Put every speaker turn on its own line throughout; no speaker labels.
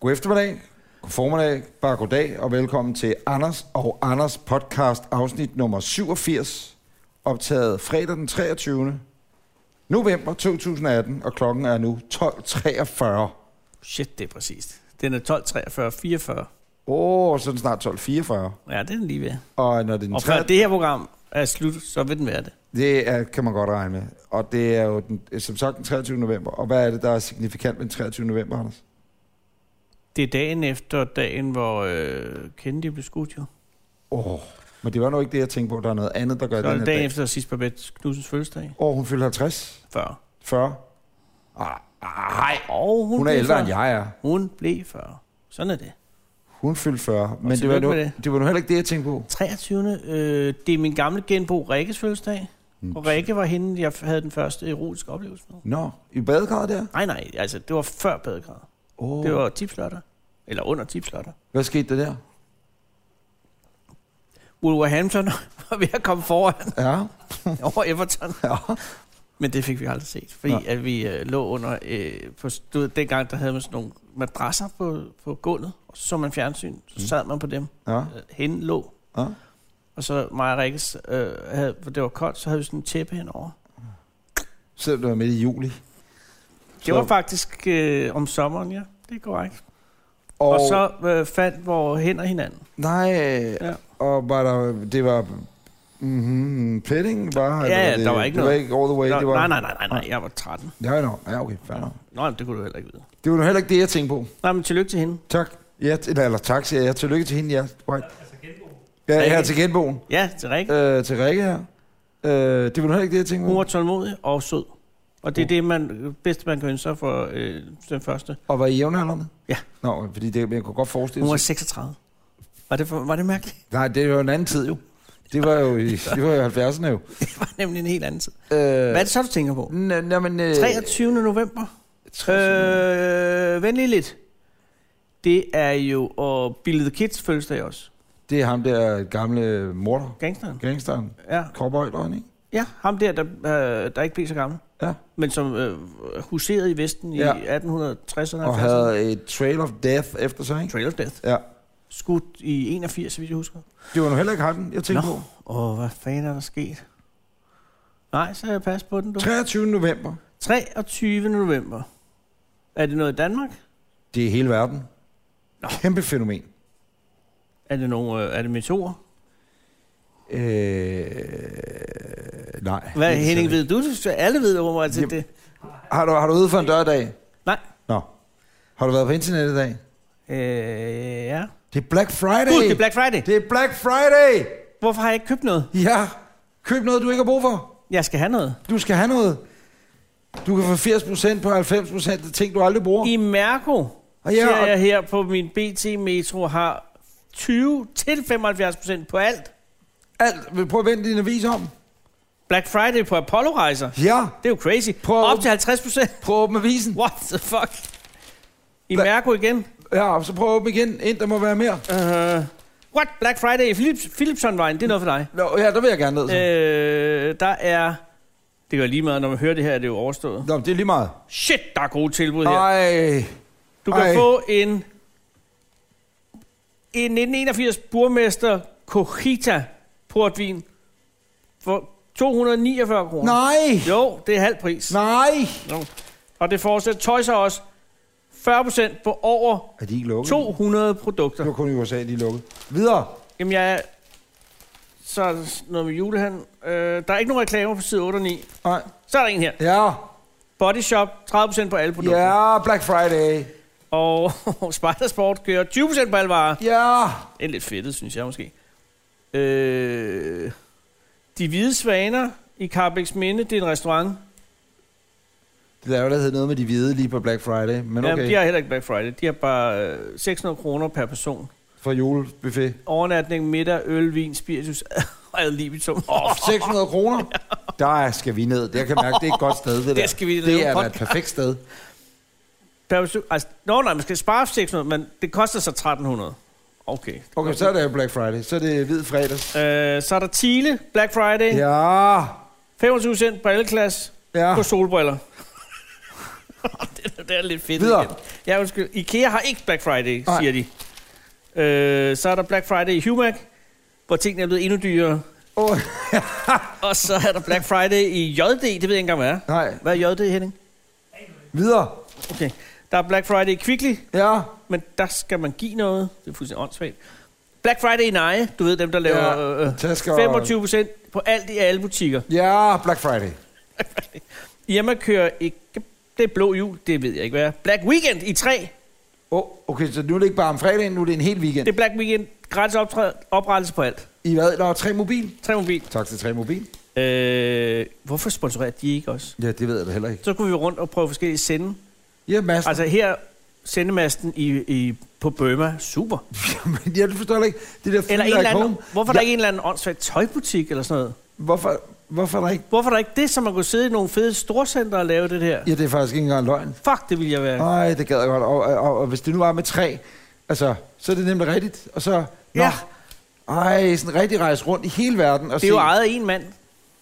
God eftermiddag, god formiddag, bare god dag, og velkommen til Anders og Anders podcast, afsnit nummer 87, optaget fredag den 23. november 2018, og klokken er nu 12.43.
Shit, det er præcist. Den er 12, 43, 44.
Åh, oh, så er den snart 12.44.
Ja, det er den lige ved.
Og når det er den
Og før
23
det her program er slut, så vil den være det.
Det er, kan man godt regne med. Og det er jo den, som sagt den 23. november. Og hvad er det, der er signifikant ved den 23. november, Anders?
Det er dagen efter dagen, hvor øh, Kennedy blev skudt, jo.
Åh, oh, men det var nu ikke det, jeg tænkte på. Der er noget andet, der gør
Så er
den her
det dagen
dag.
efter sidst på Bette Knudsens fødselsdag.
Åh, oh, hun fylder 50.
Før.
40. Ah, nej,
Og hun,
hun er
blev
ældre
40.
end jeg er.
Hun blev 40. Sådan er det.
Hun fyldte 40. Men det var,
tillykke
nu,
med
det. var nu heller ikke det, jeg tænkte på.
23. Øh, det er min gamle genbo Rikkes fødselsdag.
Mm.
Og Rikke var hende, jeg havde den første erotiske oplevelse med.
Nå, i badekarret der?
Nej, nej, altså det var før badegrad.
Oh.
Det var tipslotter. Eller under tipslotter.
Hvad skete der der?
Wolverhampton var ved at komme foran.
Ja.
over Everton.
Ja.
Men det fik vi aldrig set, fordi
Nå.
ja. at vi øh, lå under... Øh, på, du ved, dengang der havde man sådan nogle madrasser på, på gulvet, og så så man fjernsyn,
Mm.
så sad man på dem.
Ja.
Øh, hende lå,
ja.
og så mig og Rikkes, øh, havde, for det var koldt, så havde vi sådan en tæppe henover.
Selvom det var midt i juli.
Det
Så-
var faktisk øh, om sommeren, ja. Det er korrekt.
Og,
Og, og så øh, fandt vores hænder hinanden.
Nej, ja.
Ja.
og var der, det var, mhm, petting var,
Ja, ja,
det,
der var ikke
det
noget.
var ikke all the way,
Nå,
det var,
nej, nej, nej, nej, nej, jeg var 13.
Ja, no. ja okay, fair nok.
Nå, men det kunne du heller ikke vide.
Det var nu heller ikke det, jeg tænkte på.
Nej, men tillykke til hende.
Tak. Ja, t- eller, eller tak, siger jeg. Tillykke til hende, ja. Right. Ja, her
Rikke.
til genboen.
Ja, til Rikke.
Øh, til Rikke her. Øh, det var nu heller ikke det, jeg tænkte
Hun var
på.
tålmodig og sød. Og det er
Uh.
det man, bedste, man kan ønske sig for øh, den første.
Og var I jævnaldrende?
Ja.
Nå, fordi det, jeg kunne godt forestille
Hun var
mig.
36. Var det, for, var det mærkeligt?
Nej, det var en anden tid jo. Det var jo i, det var jo i 70'erne jo.
Det var nemlig en helt anden tid.
Øh,
Hvad er det så, du tænker på?
N- nå, men, øh,
23. november.
23.
Øh, vent lige lidt. Det er jo og Billy the Kids fødselsdag også.
Det er ham der gamle morder.
Gangsteren.
Gangsteren.
Ja,
Cowboyderen, ikke?
ja ham der, der, øh, der ikke blev så gammel.
Ja.
Men som øh, huserede i Vesten i
Ja.
1860'erne.
Og havde et trail of death efter sig, ikke?
Trail of Death.
Ja.
Skudt i 81, hvis jeg husker.
Det var nu heller ikke ham, jeg tænkte
Nå.
på.
Åh, hvad fanden er der sket? Nej, så jeg pas på den, du.
23. november.
23. november. Er det noget i Danmark?
Det er hele verden.
Nå.
Kæmpe fænomen.
Er det, nogle, øh, er det meteorer?
Øh, nej.
Hvad,
det er
Henning,
det
ved du det? Så Alle ved, hvor meget til
Jamen.
det.
ikke. Har du, har du ude for en dør i dag?
Nej.
Nå. Har du været på internet i dag?
Øh, ja.
Det er Black Friday.
Gud, det er Black Friday.
det er Black Friday.
Hvorfor har jeg ikke købt noget?
Ja. Køb noget, du ikke har brug for.
Jeg skal have noget.
Du skal have noget. Du kan få 80% på 90% af ting, du aldrig bruger.
I Mærko,
Og
ja, ser
og-
jeg her på min BT Metro, har 20-75% på alt.
alt. Vil- Prøv at vende din avis om.
Black Friday på Apollo-rejser.
Ja.
Det er jo crazy.
Prøv at-
Op til 50%.
Prøv at åbne avisen.
What the fuck? I
Bla-
Mærko igen.
Ja, og så prøv at åbne igen, ind der må være mere. Øh.
Uh, what? Black Friday i Philips, Philipsonvejen, det er noget for dig.
Nå, ja, der vil jeg gerne ned. Øh.
Øh, der er... Det gør lige meget, når man hører det her, er det jo overstået.
Nå, det er lige meget.
Shit, der er gode tilbud her.
Ej.
Du kan
ej.
få en... En 1981 burmester Cojita portvin for 249 kroner.
Nej.
Jo, det er halv pris.
Nej.
Jo. Og det fortsætter tøj så også 40% på over
Er de ikke lukket?
200 produkter.
Det var kun i USA, de er lukket. Videre.
Jamen, jeg er... Så er der noget med julehand. Øh, der er ikke nogen reklamer på side 8 og 9.
Nej.
Så er der en her.
Ja.
Body Shop, 30% på alle produkter.
Ja, Black Friday.
Og Spejdersport kører 20% på alle varer.
Ja.
Det er lidt fedtet, synes jeg måske. Øh, de hvide svaner i Carbæks Minde, det er en restaurant.
Det er jo, der hed noget med de hvide lige på Black Friday, men okay.
Jamen, de har heller ikke Black Friday. De har bare øh, 600 kroner per person.
For julebuffet.
Overnatning, middag, øl, vin, spiritus og ad libitum.
Åh, 600 kroner. Der skal vi ned. Jeg kan mærke, det er et godt sted, det der.
Det skal vi lave
det er da et
podcast.
perfekt sted.
Per besøg, altså, nå, nej, man skal spare 600, men det koster så 1300. Okay.
Okay, så er det Black Friday. Så er det hvid fredags.
Øh, så er der Thiele, Black Friday, ja.
Ja. Ah.
25 cent brilleklasse
Ja.
på solbriller. det, er- det er lidt fedt.
Videre.
igen. Ja, undskyld. IKEA har ikke Black Friday,
Nej.
siger de. Øh, så er der Black Friday i Humac, hvor tingene er blevet endnu dyrere.
Åh,
Og så er der Black Friday i JD, det ved jeg ikke engang, hvad er.
nej,
Hvad er JD, Henning?
videre.
Okay. Der er Black Friday i Kvickly,
Ja,
men der skal man give noget. Det er fuldstændig åndssvagt. Black Friday i Neje, du ved dem, der laver
Ja,
øh, øh,
tasker og-
25 procent på alt i alle butikker.
ja, Black Friday.
Irma kører ikke... Det er blå jul, det ved jeg ikke, hvad er. Black Weekend i 3.
Åh, oh, okay, så nu er det ikke bare om fredagen, nu er det en hel weekend.
Det er Black Weekend. Gratis optræd, oprettelse på alt.
I hvad? Der er tre mobil.
Tre mobil.
Tak til tre mobil.
Øh, hvorfor sponsorerer de ikke os?
Ja, det ved jeg da heller ikke.
Så kunne vi rundt og prøve forskellige sende.
Ja, Mads. Altså,
Altså her sendemasten i, i, på Burma. Super.
jamen, jeg forstår heller ikke. Det der
Eller en
Feel
eller
like
anden,
home.
hvorfor er der ikke en eller anden åndssvagt tøjbutik eller sådan noget?
Hvorfor, hvorfor er der ikke?
Hvorfor er der ikke det, så man kunne sidde i nogle fede storcenter og lave det der?
Ja, det er faktisk ikke engang løgn.
Fuck, det ville jeg være.
Nej, det gad jeg godt. Og, og, og, og hvis det nu var med tre, altså, så er det nemlig rigtigt. Og så, nå,
Ja.
ej, sådan en rigtig rejse rundt i hele verden. Og
Det er jo
se.
ejet af en mand.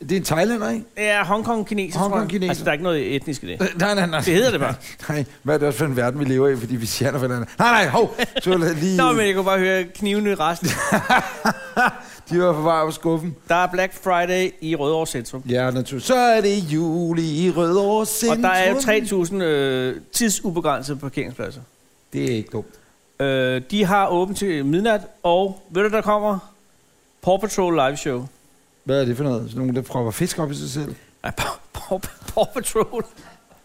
Det er en thailander, ikke?
Ja, Hongkong-kineser, tror jeg.
Hongkong-kineser.
Altså, der er ikke noget etnisk i det.
Øh, Nej, nej, nej.
Det hedder det bare.
Nej, hvad er det også for en verden, vi lever i, fordi vi siger noget for hinanden. Nej, nej, hov! Så lad lige,
Nå, men jeg kunne bare høre knivene resten.
de var på vej på skuffen.
Der er Black Friday i Rødovre Centrum.
Ja, naturligt. Så er det jul i Rødovre
Og
Centrum.
der er jo 3.000 øh, tidsubegrænsede parkeringspladser.
Det er ikke dumt.
Øh, de har åbent til midnat, og ved du, der kommer? Paw Patrol live show.
Hvad er det for noget? Sådan nogen, der propper fisk op i sig selv?
Nej, Paw, Paw, Paw Patrol.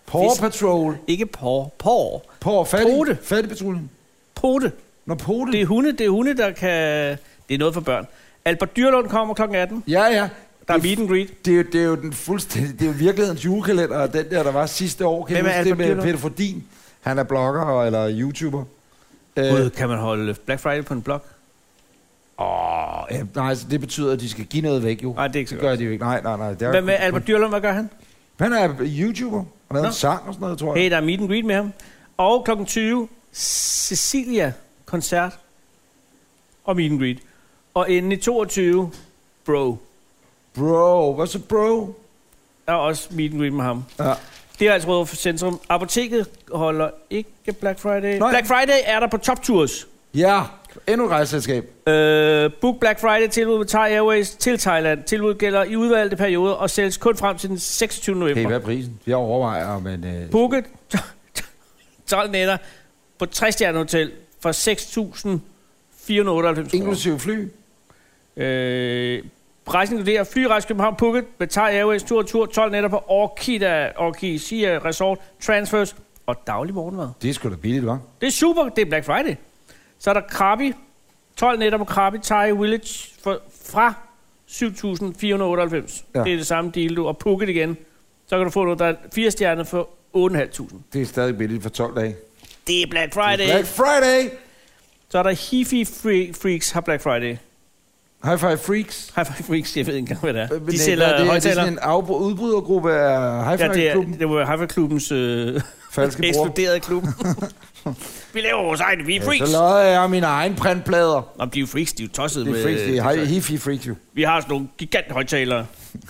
Paw
Fisk.
Patrol.
Ikke Paw. Paw.
Paw fattig.
Pote.
Fattig patruljen.
Pote.
Nå, pote.
Det er hunde, det er hunde, der kan... Det er noget for børn. Albert Dyrlund kommer kl. 18.
Ja, ja.
Der er
det,
meet and greet.
det, er, jo- det er jo den fuldstændig, det er jo virkelighedens julekalender, og den der, der var sidste år, kan
Hvem
du
er
huske det
Albert
med
Dyrlund?
Peter Fordin? Han er blogger eller YouTuber.
Øh. Kan man holde Black Friday på en blog?
Åh, ja, nej, altså, det betyder, at de skal give noget væk, jo.
Nej, det er ikke så
det
godt.
gør de jo ikke. Nej, nej, nej. Det er
Hvad
jo-
med Albert Dyrlund, hvad gør han?
Han er YouTuber. Han har lavet
Nå.
en sang og sådan noget, tror jeg.
Hey, der er meet and greet med ham. Og kl. 20, Cecilia-koncert og meet and greet. Og endelig 22, Bro.
Bro, hvad så bro?
Der er også meet and greet med ham.
Ja.
Det er altså Rødovre Centrum. Apoteket holder ikke Black Friday.
Nej.
Nej. Black Friday er der på Top Tours.
ja, endnu et rejseselskab.
Øh, book Black Friday tilbud med Thai Airways til Thailand. Tilbud gælder i udvalgte perioder og sælges kun frem til den 26. november.
Hey, hvad er prisen? Jeg overvejer, men... Øh,
Booke 12 nætter på 60 stjerne hotel for 6.498 kroner.
inklusive fly.
Øh, rejsen inkluderer flyrejse København Phuket med Thai Airways tur og tur 12 nætter på Orkida, Orkisia Resort, Transfers og daglig morgenmad.
Det er sgu da billigt, hva'?
Det er super, det er Black Friday. Så er der Krabi, 12 nætter på Krabi, Thai Village for, fra 7.498.
Ja.
Ja. Det er det samme deal, du. Og Phuket igen, så kan du få noget, der er fire stjerner for 8.500.
Det er stadig billigt for 12 dage.
Det er Black Friday.
Black Friday!
Så er der Hifi Free Freaks har Black Friday.
High Five Freaks.
Hi-Fi Freaks, jeg ved ikke engang, hvad det er.
Øh, Men,
De
hvad er
sælger
det, er det
højtalere.
sådan en afbr- udbrydergruppe af High
Ja,
Five
det, er,
Klubben?
det var Hi-Fi Klubbens øh,
Falske bror.
eksploderede klub. vi laver vores egne, vi er
Ja,
freaks.
så lavede jeg mine egne printplader.
Om de er jo freaks, de er jo tosset
Det er
med... øh, altså,
freaks, det er hifi freaks jo.
Vi har sådan nogle gigant højtalere.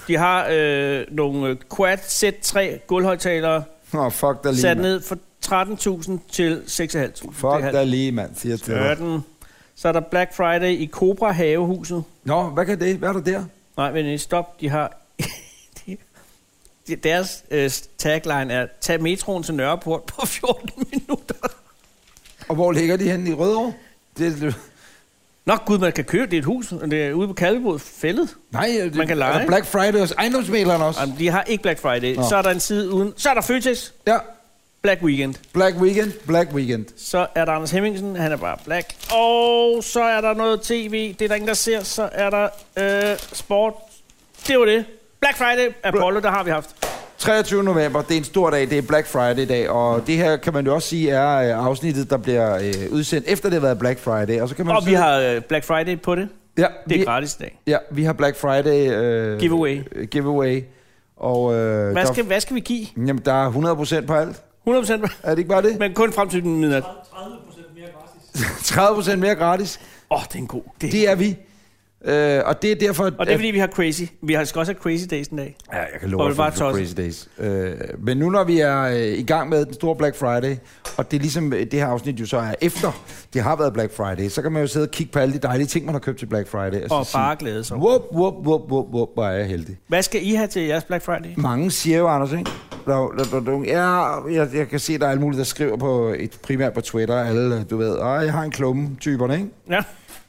De har øh, nogle øh, Quad Z3 gulvhøjtalere
Nå, fuck dig lige,
sat
mand.
ned fra 13.000 til 6.500.
Fuck
Fuck
dig lige, mand, siger jeg til dig.
13. Så er der Black Friday i Cobra Havehuset.
Nå, hvad kan det? Hvad er der der?
Nej, men øh, stop. De har... de, de- deres øh, tagline er, tag metroen til Nørreport på 14 minutter.
Og hvor ligger de henne i Rødovre? Det, er-
Nå gud, man kan købe det i et hus, og det er ude på Kalvebod fældet.
nej, det,
Man kan
Er
lege.
der Black Friday hos ejendomsmælerne også?
Jamen, de har ikke Black Friday.
Nå.
Så er der en side uden... Så er der Føtex,
Ja,
Black Weekend.
Black Weekend, Black Weekend.
Så er der Anders Hemmingsen, han er bare black. Og så er der noget tv, det er der ingen, der ser. Så er der øh, sport. Det var det. Black Friday, Apollo, der har vi haft.
23. november, det er en stor dag, det er Black Friday dag, og det her kan man jo også sige er øh, afsnittet, der bliver øh, udsendt efter det har været Black Friday. Og, så kan man
Og vi
sige-
har øh, Black Friday på det.
ja,
Det er
vi, Øh,
gratis i dag.
ja, vi har Black Friday øh,
Giveaway.
øh, giveaway. Og øh,
Hvad
der,
skal, hvad skal vi give?
jamen, der er 100% på alt.
100%,
Er det ikke bare det?
men kun frem til midnat.
30% mere gratis.
30% mere gratis.
Åh, oh, det er en god. Det,
Det er vi. Øh, og det er derfor...
Og det er fordi, vi har crazy. Vi har skal også have crazy days en dag.
Ja, jeg kan
Hvor
love dig
det
for,
bare
at det var crazy
tosset.
days. Øh, men nu når vi er øh, i gang med den store Black Friday, og det er ligesom øh, det her afsnit jo så er efter, det har været Black Friday, så kan man jo sidde og kigge på alle de dejlige ting, man har købt til Black Friday. så
Og bare glæde sig.
Whoop, whoop, whoop, whoop, whoop, hvor er jeg heldig.
Hvad skal I have til jeres Black Friday?
Mange siger jo, Anders, ikke? Der, der, der, der, ja, jeg, jeg kan se, der er alle mulige, der skriver på et primært på Twitter, alle, du ved, "Ej, jeg har en klumme, typerne, ikke?
Ja,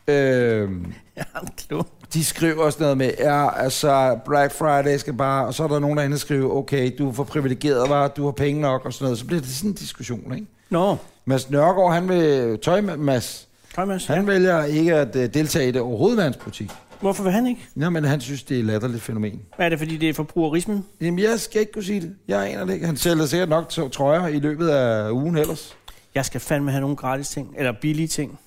Øh,
jeg har en klub.
de skriver også noget med, ja, altså Black Friday skal bare, og så er der nogen derinde, der skriver, okay, du er for privilegeret, var, du har penge nok, og sådan noget. Så bliver det sådan en diskussion, ikke?
Nå,
Mads Nørgaard, han vil, tøj, Mads,
Thomas,
han
ja.
vælger ikke at øh, deltage i det overhovedet med hans butik.
hvorfor vil han ikke?
Nå, men han synes, det er et latterligt fænomen.
Hvad er det, fordi det er forbrugerismen?
Jamen, jeg skal ikke kunne sige det. Jeg aner det ikke. Han sælger sikkert nok t- trøjer i løbet af ugen ellers.
Jeg skal fandme have nogle gratis ting, eller billige ting.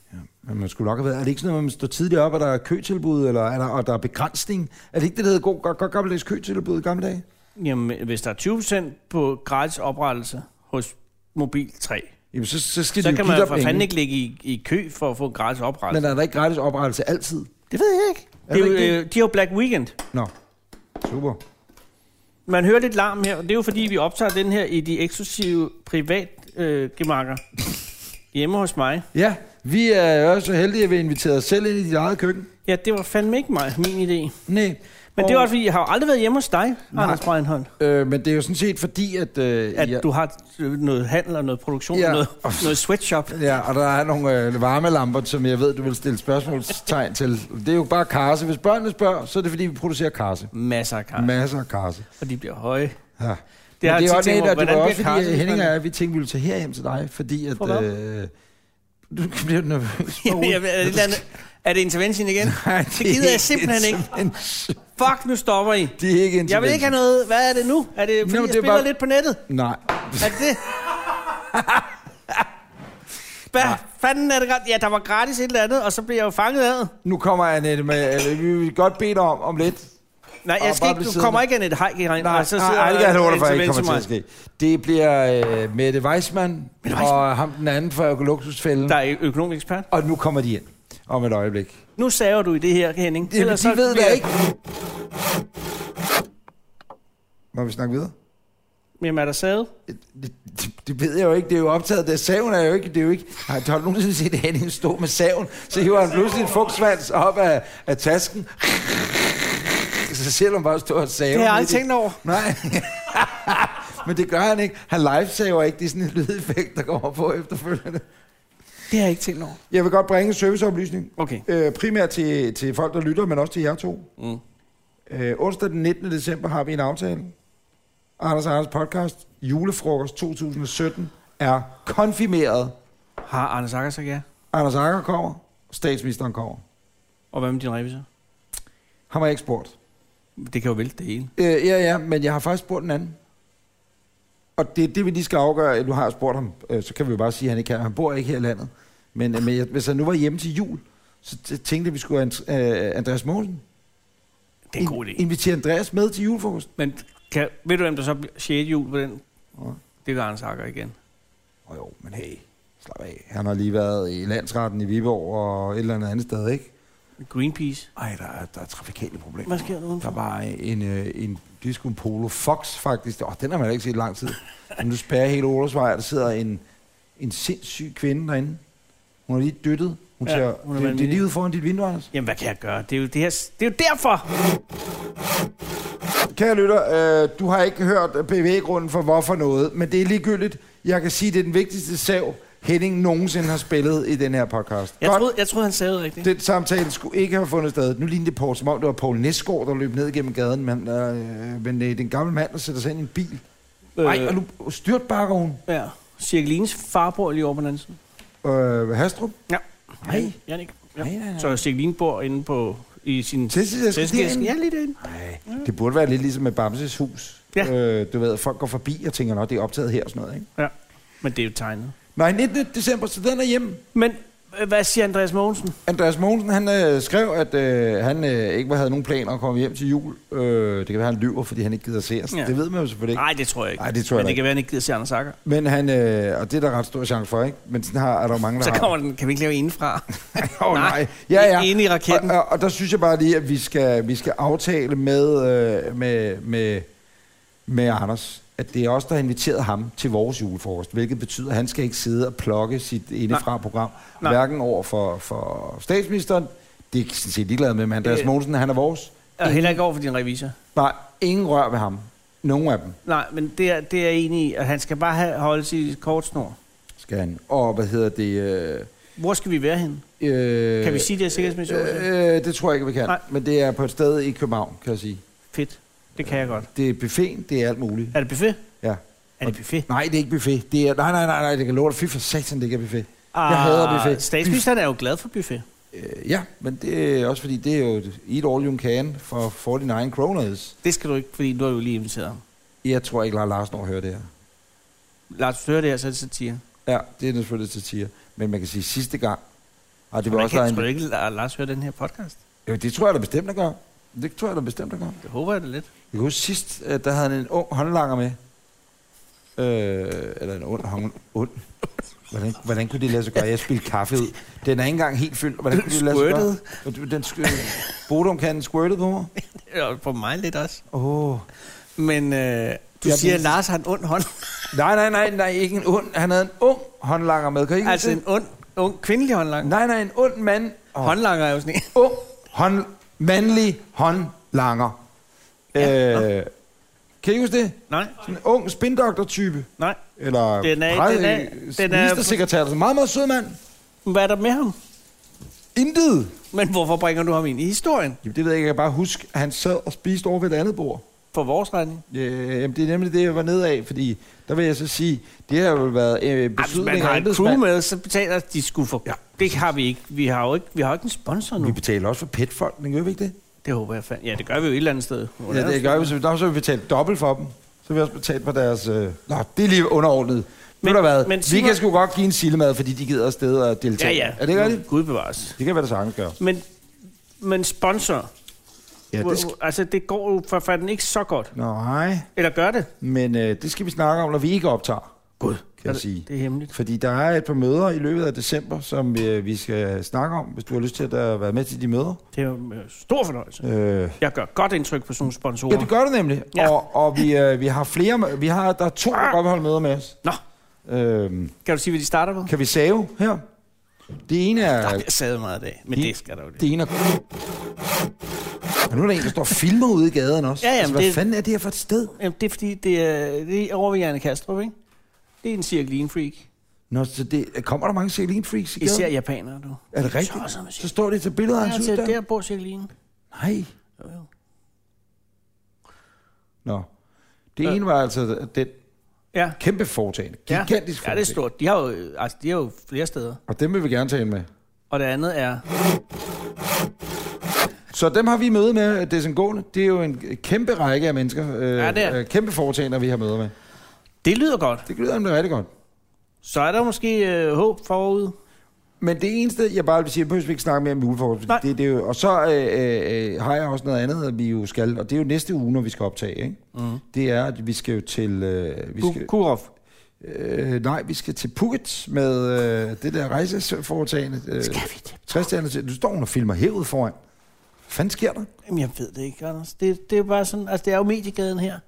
Men man skulle nok have været. Er det ikke sådan noget, at man står tidligt op, og der er køtilbud, eller er der, og der er begrænsning? Er det ikke det, der hedder god, godt, godt gammeldags køtilbud i gamle dage?
Jamen, hvis der er 20% på gratis oprettelse hos Mobil 3,
Jamen, så, så skal de
så
jo
kan
give
man
dig
for
penge.
fanden ikke ligge i, i kø for at få gratis oprettelse.
Men er der ikke gratis oprettelse altid?
Det ved jeg ikke.
Er
Det er
det ikke
jo, øh, de har jo Black Weekend.
Nå, super.
Man hører lidt larm her, og det er jo fordi, vi optager den her i de eksklusive privatgemakker hjemme hos mig.
Ja, vi er jo også så heldige, at vi inviterer os selv ind i dit eget køkken.
Ja, det var fandme ikke mig, min idé.
Nej.
Men det er også fordi, jeg har jo aldrig været hjemme hos dig, Anders Breinholt.
Øh, men det er jo sådan set fordi, at... Øh,
At
ja,
du har øh, noget handel og noget produktion,
Ja.
ja. noget, noget sweatshop.
ja, og der er nogle øh, varmelamper, som jeg ved, du vil stille spørgsmålstegn til. Det er jo bare karse. Hvis børnene spørger, så er det fordi, vi producerer karse.
Masser af kar,
Masser af karse.
og de bliver høje.
Ja.
Det
Men
har
det er
jeg tit
også,
tænkt
en,
mig,
og det var
hvordan
også
bliver
fordi,
karse,
at
hvis
Henning og
man-
jeg, vi tænkte, vi ville tage herhjem til dig, fordi at...
For hvad?
Øh, du bliver du nervøs.
Jamen, jeg ved, er, det et eller andet- er det intervention igen?
Nej,
Det gider jeg simpelthen ikke.
ikke.
Fuck, nu stopper I.
Det er ikke en
Jeg vil ikke have noget. Hvad er det nu? Er det, fordi
Nå,
Nå,
det
jeg
er
spiller
bare-
bare... lidt på nettet?
Nej.
Er det det? Hvad fanden er det godt? Ja, der var gratis et eller andet, og så blev jeg jo fanget af.
Nu kommer Annette med... Altså, vi vil godt bede dig om, om lidt.
Nej,
Og
jeg skal
bare
ikke,
blive
du
siddende.
kommer ikke, Annette Heik, i regn.
Nej, Ah,
og
så
så
nej,
sidder
nej, det kan jeg love dig for, at ikke
intervention
kommer til at ske. Det bliver øh, Mette Weissmann og ham den anden fra Økologsusfælden.
mig. Der er ø- økonomisk ekspert.
Og nu kommer de ind om et øjeblik.
Nu saver du i det her, Henning.
Jamen,
Ellers så
de ved
bliver
det
jeg-
ikke. Må vi snakke videre?
Jamen, er der savet?
Det, det, det ved jeg jo ikke. Det er jo optaget. Det, saven er jo ikke... Det er jo ikke har, har du nogensinde set Henning stå med saven? Så hiver han pludselig en fugtsvans op af, af tasken. Så ser han bare stå og save.
Det har jeg aldrig
midt i-
tænkt over.
Nej. Men det gør han ikke. Han livesaver ikke. Det er sådan en lydeffekt, der kommer på efterfølgende.
Det har jeg ikke tænkt over.
Jeg vil godt bringe en serviceoplysning.
Okay.
Øh, primært til, til folk, der lytter, men også til jer to.
Mm.
Øh, onsdag den 19. december har vi en aftale. Anders og Anders podcast, julefrokost 2017, er konfirmeret.
Har Anders Akker sagt ja?
Anders Akker kommer, statsministeren kommer.
Og hvad med din revisor?
Ham har jeg ikke spurgt.
Det kan jo vælte det hele.
Øh, ja, ja, men jeg har faktisk spurgt den anden. Og det er det, vi lige skal afgøre. Nu har jeg spurgt ham, øh, så kan vi jo bare sige, at han ikke kan. Han bor ikke her i landet. Men, øh, men jeg, hvis han nu var hjemme til jul, så t- tænkte jeg, at vi skulle have øh, Andreas Mogensen.
Det er en god idé.
Invitere Andreas med til julefrokosten.
Men kan, ved du, hvem der så bliver 6. jul på den?
Nå.
Det gør Anders Akker igen.
Åh jo, men hey, slap af. Han har lige været i landsretten i Viborg og et eller andet andet sted, ikke?
Greenpeace.
Ej, der er, der er trafikale problemer.
Hvad sker der
Der
udenfor?
var en, øh, en disco en polo Fox, faktisk. Åh, den har man da ikke set i lang tid. Men nu spærrer hele Oldersvej, og der sidder en, en sindssyg kvinde derinde. Hun er lige dyttet. Hun
Ja,
ja, siger,
hun er
det, det er
vanvittig."
lige ude foran dit vindue, Anders.
Jamen, hvad kan jeg gøre? Det er jo, det her, det er jo derfor!
Kære lytter, øh, du har ikke hørt bevæggrunden for hvorfor noget, men det er ligegyldigt. Jeg kan sige, det er den vigtigste sav, Henning nogensinde har spillet i den her podcast.
Jeg
Godt.
troede, jeg troede, han sagde rigtigt.
Den samtale skulle ikke have fundet sted. Nu lignede det Poul, som om det var Poul Næsgaard, der løb ned gennem gaden. Men, øh, men øh, den gamle mand, der sætter sig ind i en bil. Nej, øh. og nu styrtbakker hun.
Ja. Cirkelines far bor lige over på den anden side.
Øh, Hastrup?
Ja.
Nej.
Janik. Ja.
Nej, nej, nej.
Så Cirkelin bor inde på i sin
Tæskesæsken
tæskesæsken.
derinde?
Ja, lige derinde.
Nej. Det burde være lidt ligesom med Bamses hus.
Ja.
Øh, du ved, folk går forbi og tænker, nå, det er optaget her og sådan noget, ikke?
Ja. Men det er jo tegnet.
Nej, 19. december, så den er hjemme.
Men Øh, Hvad siger Andreas Mogensen?
Andreas Mogensen, han øh, skrev, at øh, han øh, ikke havde nogen planer at komme hjem til jul. Øh, det kan være, han lyver, fordi han ikke gider se os. Ja.
Ja.
Det ved man jo selvfølgelig ikke.
Nej, det tror jeg ikke.
Nej, det tror jeg
Men
da
det
ikke.
kan være, at han ikke gider se Anders Akker.
Men han, øh, og det er der ret stor chance for, ikke? Men sådan har, er der jo mange, der
Så
har.
kommer den, kan vi ikke lave indefra?
Åh, oh, nej.
Nej,
Ja, ja.
inde i raketten.
Og, og, og der synes jeg bare lige, at vi skal, vi skal aftale med, øh, med, med, med Anders, at det er os, der har inviteret ham til vores julefrokost, hvilket betyder, at han skal ikke sidde og plukke sit indefra-program,
Nej.
hverken over for, for statsministeren, det er jeg sådan set ligeglad med, men Andreas
Øh.
Mogensen, han er vores.
Og heller ikke over for din revisor.
Nej, ingen rør ved ham. Nogen af dem
Nej, men det er, det er jeg enig i, at han skal bare have, holde sit kortsnor.
skal han. Og hvad hedder det? Øh,
Hvor skal vi være henne?
øh,
Kan vi sige det er sikkerhedsmæssigt? årsag?
Øh, øh, det tror jeg ikke, vi kan. Nej.
Nej.
Men det er på et sted i København, kan jeg sige.
Fedt. Det kan jeg godt.
Det er buffet, det er alt muligt.
Er det buffet?
Ja.
Er det buffet?
Nej, det er ikke buffet. Det er, nej, nej, nej, nej, det kan love dig. Fy for satan, det ikke er buffet. Jeg
Ah,
hader buffet.
Statsministeren er jo glad for buffet.
Øh, ja, men det er også fordi, det er jo et eat all you can for 49 kroners.
Det skal du ikke, fordi du har jo lige inviteret ham.
Jeg tror ikke, Lars Larsen overhører det her.
Lars, du hører det her, så er det satire.
Ja, det er selvfølgelig til tier. Men man kan sige, sidste gang... Og det
Det
var
var
også der
kan,
er
tror du
en,
ikke, at Lars hører den her podcast?
jo, det tror jeg, der bestemt, der gør. Det tror jeg, der bestemt, der gør.
Det håber jeg da lidt.
Jeg kan huske sidst, øh, der havde han en ung håndlanger med. Øh, eller en ond hånd. Ond. Hvordan, hvordan kunne det lade sig gøre? Jeg spildte kaffe ud. Den er ikke engang helt fyldt. Hvordan kunne det lade sig gøre? Squirtede. Den sk- Bodumkanden squirtede på mig.
Og på mig lidt også.
Åh. Oh.
Men øh, du
Jeg
jeg siger, at
mener-
Lars har en ond hånd.
Nej, nej, nej, nej, ikke en ond. Han havde en ung håndlanger med. Kan I ikke
altså
huske
en ond, ung kvindelig
det?
håndlanger.
Nej, nej, en ond mand.
Oh.
Oh.
Håndlanger er jo sådan en.
Ung hånd, mandlig håndlanger. Ja, øh, kan I huske det?
Nej,
Sådan en ung spindoktor-type.
nej.
Eller
Den er-
præ-
den er- den er-
ministersekretær. Altså, meget, meget sød mand.
Hvad er der med ham?
Intet.
Men hvorfor bringer du ham ind i historien?
Jamen, det ved jeg ikke. Jeg kan bare huske, at han sad og spiste over ved et andet bord.
For vores regning?
Øh, jamen, det er nemlig det, jeg var nede af, fordi der vil jeg så sige, det har jo været øh,
Ej, Altså, hvis
beslutning
man har
af
en crew
embedsmand.
med, så betaler de sgu for...
Ja.
Ja. Det har vi ikke. Vi har jo ikke, vi har jo ikke en sponsor nu.
Vi betaler også for petfolkene, gør vi ikke det?
Det håber jeg fandt. Ja, det gør vi jo et eller andet sted. Hvor
Ja,
er
det gør vi. Så vi, der har vi betalt dobbelt for dem. Så har vi også betalt for deres... Øh... Nå, det er lige underordnet. Men,
Men-
der været. Men,
men
vi
Simon-
kan sgu godt give en sillemad, fordi de gider afsted og deltage.
Ja, ja.
Er det ikke rigtigt?
Gud bevares.
Det kan være, det sagtens gør.
Men, men sponsor,
Ja, det skal...
altså det går jo for fanden ikke så godt.
Nej,
Eller gør det?
men øh, det skal vi snakke om, når vi ikke optager,
Gud,
kan jeg sige.
Det er hemmeligt.
Fordi der er et par møder i løbet af december, som øh, vi skal snakke om, hvis du har lyst til at øh, være med til de møder.
Det er jo en stor fornøjelse.
Øh,
Jeg gør godt indtryk på sådan nogle sponsorer.
ja, det gør det nemlig. Ja.
Ja. Ah.
Og, og vi, øh, vi har flere, mø- vi har, der er to, der godt vil holde møder med os.
Nå,
Øh,
kan du sige, hvad de starter på?
kan vi save her? Det ene er...
Der bliver sadet meget i dag, men
De-
det skal der jo det.
Det ene er... Og nu er der en, der står og filmer ude i gaden også.
Ja, jamen,
altså, hvad
det-
fanden er det her for et sted?
Jamen, det er fordi, det er, det er over ved Janne Kastrup, ikke? Det er en cirkelin freak.
Nå, så det, kommer der mange Celine Freaks i gaden?
Især japanere, du.
Er det rigtigt?
Så- så-
Så står det til billeder af
Ja,
hans
til,
hus der?
der bor cirkelinen.
Nej.
Jo, jo.
Nå. Det ene var altså den
Ja.
kæmpe foretagende.
Ja.
Gigantisk
ja, det
foretagende.
er stort. De har, jo, øh, altså, de har jo flere steder.
Og dem vil vi gerne tale med.
Og det andet er...
Så dem har vi møde med, øh, desengående. Det er jo en kæmpe række af mennesker. Øh,
Ja, det er.
øh, Kæmpe foretagende, vi har møde med.
Det lyder godt.
Det lyder nemlig rigtig godt.
Så er der måske øh, håb forud.
Men det eneste, jeg bare vil sige, at vi ikke snakke mere om julefrokost. fordi
Nej.
Det, det er jo, og så øh, øh, har jeg også noget andet, at vi jo skal, og det er jo næste uge, når vi skal optage. Ikke? Mm. Det er, at vi skal jo til... Øh, vi skal,
Mhm. Kurov.
øh, nej, vi skal til Phuket med øh, det der rejseforetagende. Øh,
Skal vi det?
60 til. Du står hun og filmer herude foran. Hvad fanden sker der?
Jamen, jeg ved det ikke, Anders. Det, det er bare sådan... Altså, det er jo mediegaden her.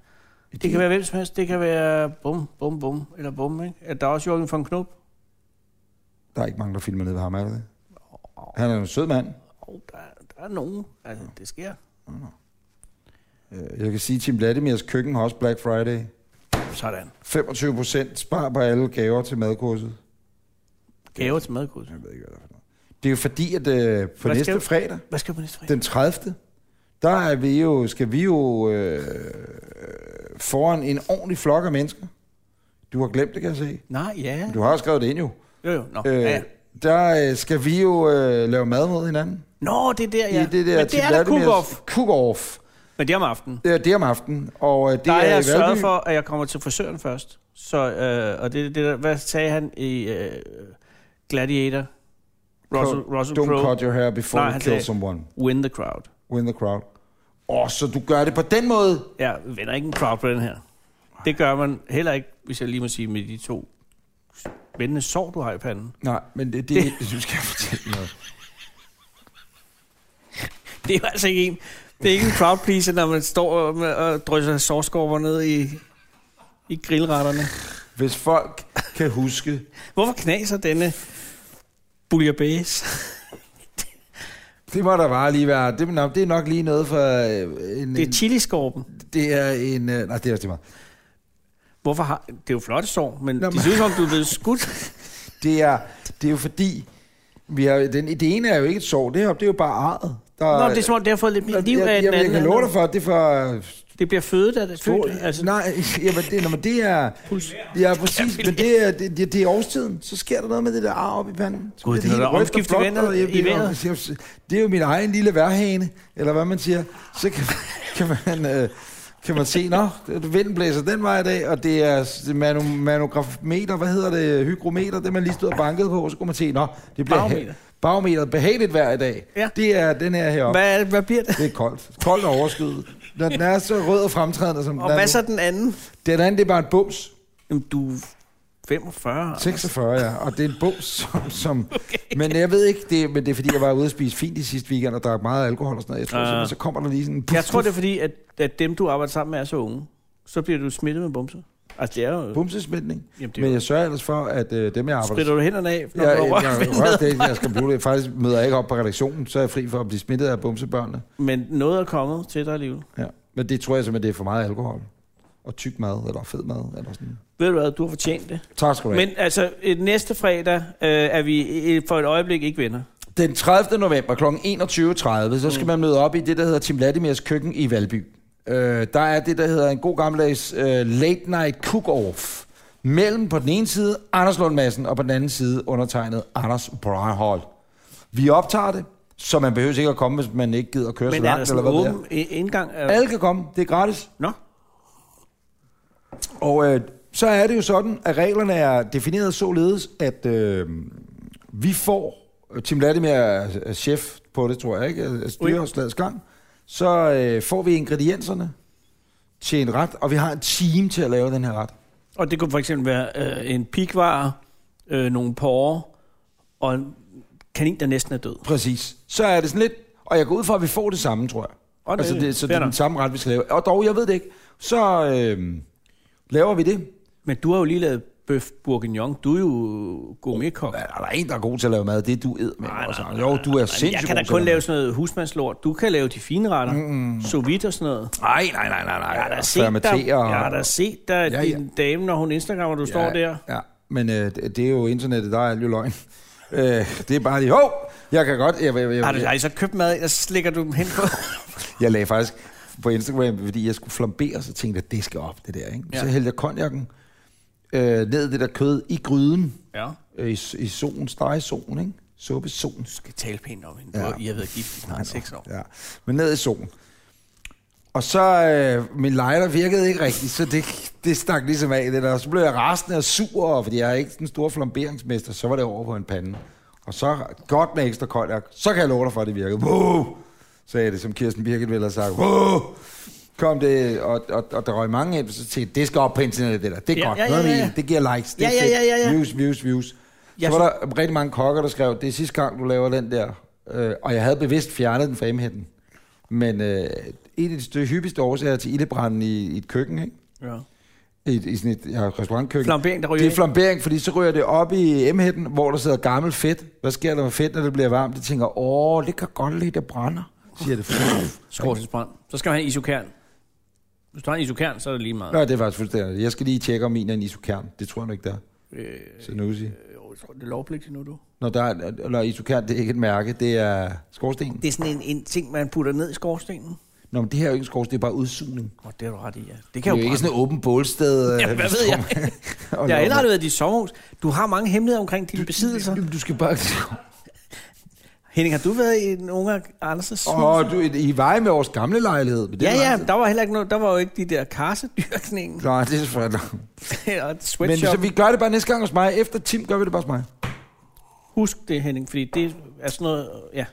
Det kan være hvem som helst. Det kan være bum, bum, bum, eller bum, ikke? Er Der er også Jørgen von Knop.
Der er ikke mange, der filmer nede ved ham, er der det? Han er jo en sød mand.
Oh, der, er- der er nogen. Altså, det sker.
Øh, Jeg kan sige, at Tim Vladimirs køkken har også Black Friday.
Sådan.
25 procent spar på alle gaver til madkurset.
Gaver til madkurs.
Jeg ved ikke, hvad det er for noget. Det er jo fordi, at øh, på
Hvad
næste
skal
du?
du-
fredag,
Hvad skal du på næste fredag?
den 30., der er vi jo, skal vi jo øh, foran en ordentlig flok af mennesker. Du har glemt det, kan jeg se.
Nej, ja.
Men Du har også skrevet det ind jo.
Jo, jo. Nå,
Øh,
øh. ja.
Der øh, skal vi jo øh, lave mad mod hinanden.
Nå det er der, ja.
I det der
Men det
Tim
er der
Vladimirs
cook-off.
Cook-off.
Men det er om aftenen.
Det er det om aftenen, og øh, det
Det der
er
har
i
jeg sørget
Valby.
for, at jeg kommer til frisøren først. Så, øh, og det, det der, hvad sagde han i øh, Gladiator? Russell,
Don't-
Russell
Don't
Crowe.
cut your hair before
Nej,
you
han
kill
sagde-
someone.
Win the crowd.
Win the crowd. Åh, så du gør det på den måde?
Ja, vender ikke en crowd på den her. Det gør man heller ikke, hvis jeg lige må sige, med de to spændende sår, du har i panden.
Nej, men det, det, det. du skal jeg fortælle noget.
Det er jo altså ikke en, det er ikke en crowd pleaser, når man står med, og drysser sårskorper ned i, i grillretterne.
Hvis folk kan huske...
Hvorfor knaser denne bouillabaisse?
Det må der bare lige være. Det, nå, det er nok lige noget for øh, en...
Det er
en-
chiliskorpen.
det er en... øh, Nej, det er også lige meget.
Hvorfor har... Det er jo flotte sår, men
Nå,
Nå,
men-
det ser ud som, om, du er blevet skudt.
Det er, det er jo fordi... Vi har, den, det ene er jo ikke et sår, det her det er jo bare arret. Der,
Nå, det er som om, det har fået lidt mere liv af
jeg,
den
jeg, jeg
anden.
kan love dig for, at det er for
Det bliver født af det.
Fod,
Født, altså,
nej, jamen det, når man, det er...
puls.
Ja, præcis, men det er, det, det, det er årstiden. Så sker der noget med det der ar op i panden. Så
Gud,
bliver
det er
helt
da
rødt og
omskift i
blåt,
vandet-
og jeg
i
bliver-
vejret.
jeg- Det er jo min egen lille værhane, eller hvad man siger. Så kan, kan man... Øh, kan man se, nå, vinden blæser den vej i dag, og det er det er manu, manografmeter, hvad hedder det, hygrometer, det man lige stod og bankede på, så kunne man se, nå, det bliver
Barometer.
barometer behageligt vejr i dag.
Ja.
Det er den her heroppe.
Hvad, er det- hvad bliver det?
Det er koldt. Koldt og overskyet. Når den er så rød og fremtrædende, som
Og
den er
hvad
nu.
så den anden?
Den anden, det er bare en bums.
Jamen, du er 45.
46, ja. Og det er en bums, som... som okay. Men jeg ved ikke, det, men det er fordi, jeg var ude og spise fint i sidste weekend, og drak meget alkohol og sådan noget. Jeg tror,
Ah.
uh. så kommer der lige sådan en...
Jeg tror, det er fordi, at, at dem, du arbejder sammen med, er så unge. Så bliver du smittet med bumser. Altså, det er jo...
Bumsesmætning.
Jamen, det er
Men
jo
jeg sørger ellers for, at øh, dem, jeg arbejder...
spritter du hænderne af, når
Jeg, jeg,
du
jeg,
rører ved
jeg, jeg, jeg, jeg skal blive det. Faktisk møder jeg ikke op på redaktionen, så er jeg fri for at blive smittet af bumsebørnene.
Men noget er kommet til dig alligevel.
Ja. Men det tror jeg simpelthen, det er for meget alkohol. Og tyk mad, eller fed mad, eller sådan.
Ved du hvad, du har fortjent det.
Tak skal du have.
Men altså, øh, næste fredag øh, er vi øh, for et øjeblik ikke venner.
Den 30. november kl. 21.30, så
Mm.
skal man møde op i det, der hedder Tim Latimers køkken i Valby. Øh, der er det, der hedder en god gammeldags øh, late night cook-off. Mellem på den ene side Anders Lund Madsen, og på den anden side undertegnet Anders Breinhold. Vi optager det, så man behøver ikke at komme, hvis man ikke gider at køre
Men
så
er der
langt, eller
sådan
hvad
en
det er.
åben i- indgang? Øh,
Alle kan komme, det er gratis.
Nå,
Og øh, så er det jo sådan, at reglerne er defineret således, at øh, vi får, øh, Tim Latimer er er chef på det, tror jeg ikke, er- er styrer slagets gang, så øh, får vi ingredienserne til en ret, og vi har en time til at lave den her ret.
og det kunne for eksempel være øh, en pikvare, øh, nogle porre og en kanin, der næsten er død.
Præcis. Så er det sådan lidt, og jeg går ud fra, at vi får det samme, tror jeg.
Og det-
altså, det, så det er
fair
den
nok.
samme ret, vi skal lave. Og dog, jeg ved det ikke. Så øh, laver vi det.
Men du har jo lige lavet bøf bourguignon. Du er jo gourmetkok.
Er der en, der er god til at lave mad? Det er du ed med. Jo, du er sindssygt
Jamen, Jeg kan
god
da
til
kun
at lave
lave sådan noget husmandslort. Du kan lave de fine retter. Mm. Sous vide og sådan noget.
Nej, nej, nej, nej, nej.
Jeg har da set dig,
Fermentere og-
jeg har da set dig
Ja,
ja,
ja.
ja. din dame, når hun Instagrammer, du ja. står der.
Ja, men øh, det det er jo internettet, der er alt jo løgn. Øh, det er bare lige, hov, jeg kan godt, jeg, jeg, jeg,
Har du, har
jeg,
I så købt mad, og så slikker du dem hen på?
jeg lagde faktisk på Instagram, fordi jeg skulle flambere, så tænkte jeg, det skal op, det der, ikke? Ja.
Ja.
Så hældte jeg konjakken øh, ned i det der kød i gryden,
ja.
øh, i, s- i solen, stegesolen, ikke? Suppesolen.
Du skal tale pænt om hende.
Ja.
Ja. I har været gift i snart seks år.
Ja, men ned i solen. Og så, øh, min lighter virkede ikke rigtigt, så det, det stak ligesom af det der. Og så blev jeg rasende og sur, og fordi jeg er ikke den store flamberingsmester, så var det over på en pande. Og så godt med ekstra kold, jeg- så kan jeg love dig for, at det virkede. Wow! Sagde det, som Kirsten Birgit ville have sagt. Wow! Kom det, og, og, og der røg mange ind, så tænkte, jeg, det skal op på internettet, det der. Det er
Ja,
godt.
ja, ja,
Noget med
ja, ja.
i. Det giver likes. Det
Ja,
er
ja,
fedt.
ja, ja, ja.
Views, views, views.
Jeg
så var der rigtig mange kokker, der skrev, det er sidste gang, du laver den der. Øh, og jeg havde bevidst fjernet den fra emhætten. Men øh, en af de stø- hyppigste årsager til ildebranden i, i et køkken, ikke?
Ja.
I, et- i sådan et ja, restaurantkøkken.
Flambering, der ryger
det er
ind.
flambering, fordi så ryger det op i emhætten, hvor der sidder gammel fedt. Hvad sker der med fedt, når det bliver varmt? Det tænker, åh, det kan godt lide, det brænder, siger det.
Skorstensbrand. Så skal man have en isokern. Hvis du har en isokern, så er det lige meget.
Nå, det er faktisk fuldstændig. Jeg skal lige tjekke, om min er en isokern. Det tror jeg nu ikke, der er.
Øh,
Så nu siger.
jo, jeg tror, det er lovpligtigt nu, du.
Når, der er, når isokern, det er ikke et mærke, det er skorsten.
Det er sådan en, en ting, man putter ned i skorstenen.
Nå, men det her er jo ikke en skorsten, det er bare udsugning.
Og det har du ret i, ja. Det
Det
kan
er
jo
jo ikke
brænde.
sådan et åbent bålsted. øh,
Jamen, hvad ved jeg?
og
Jeg har
lave-
aldrig været i dit sommerhus. Du har mange hemmeligheder omkring dine besiddelser.
Jamen, Du skal bare...
Henning, har du været i en unge Anders'
Åh, oh, du, I veje med vores gamle lejlighed. Men det
Ja,
er lang
ja,
tid.
der var heller ikke noget, der var jo ikke de der karsedyrkningen
Nej, det er selvfølgelig.
og
Men
sweatshop.
så
Men,
vi gør det bare næste gang hos mig. Efter Tim gør vi det bare hos mig.
Husk det, Henning, fordi det er sådan noget... Ja.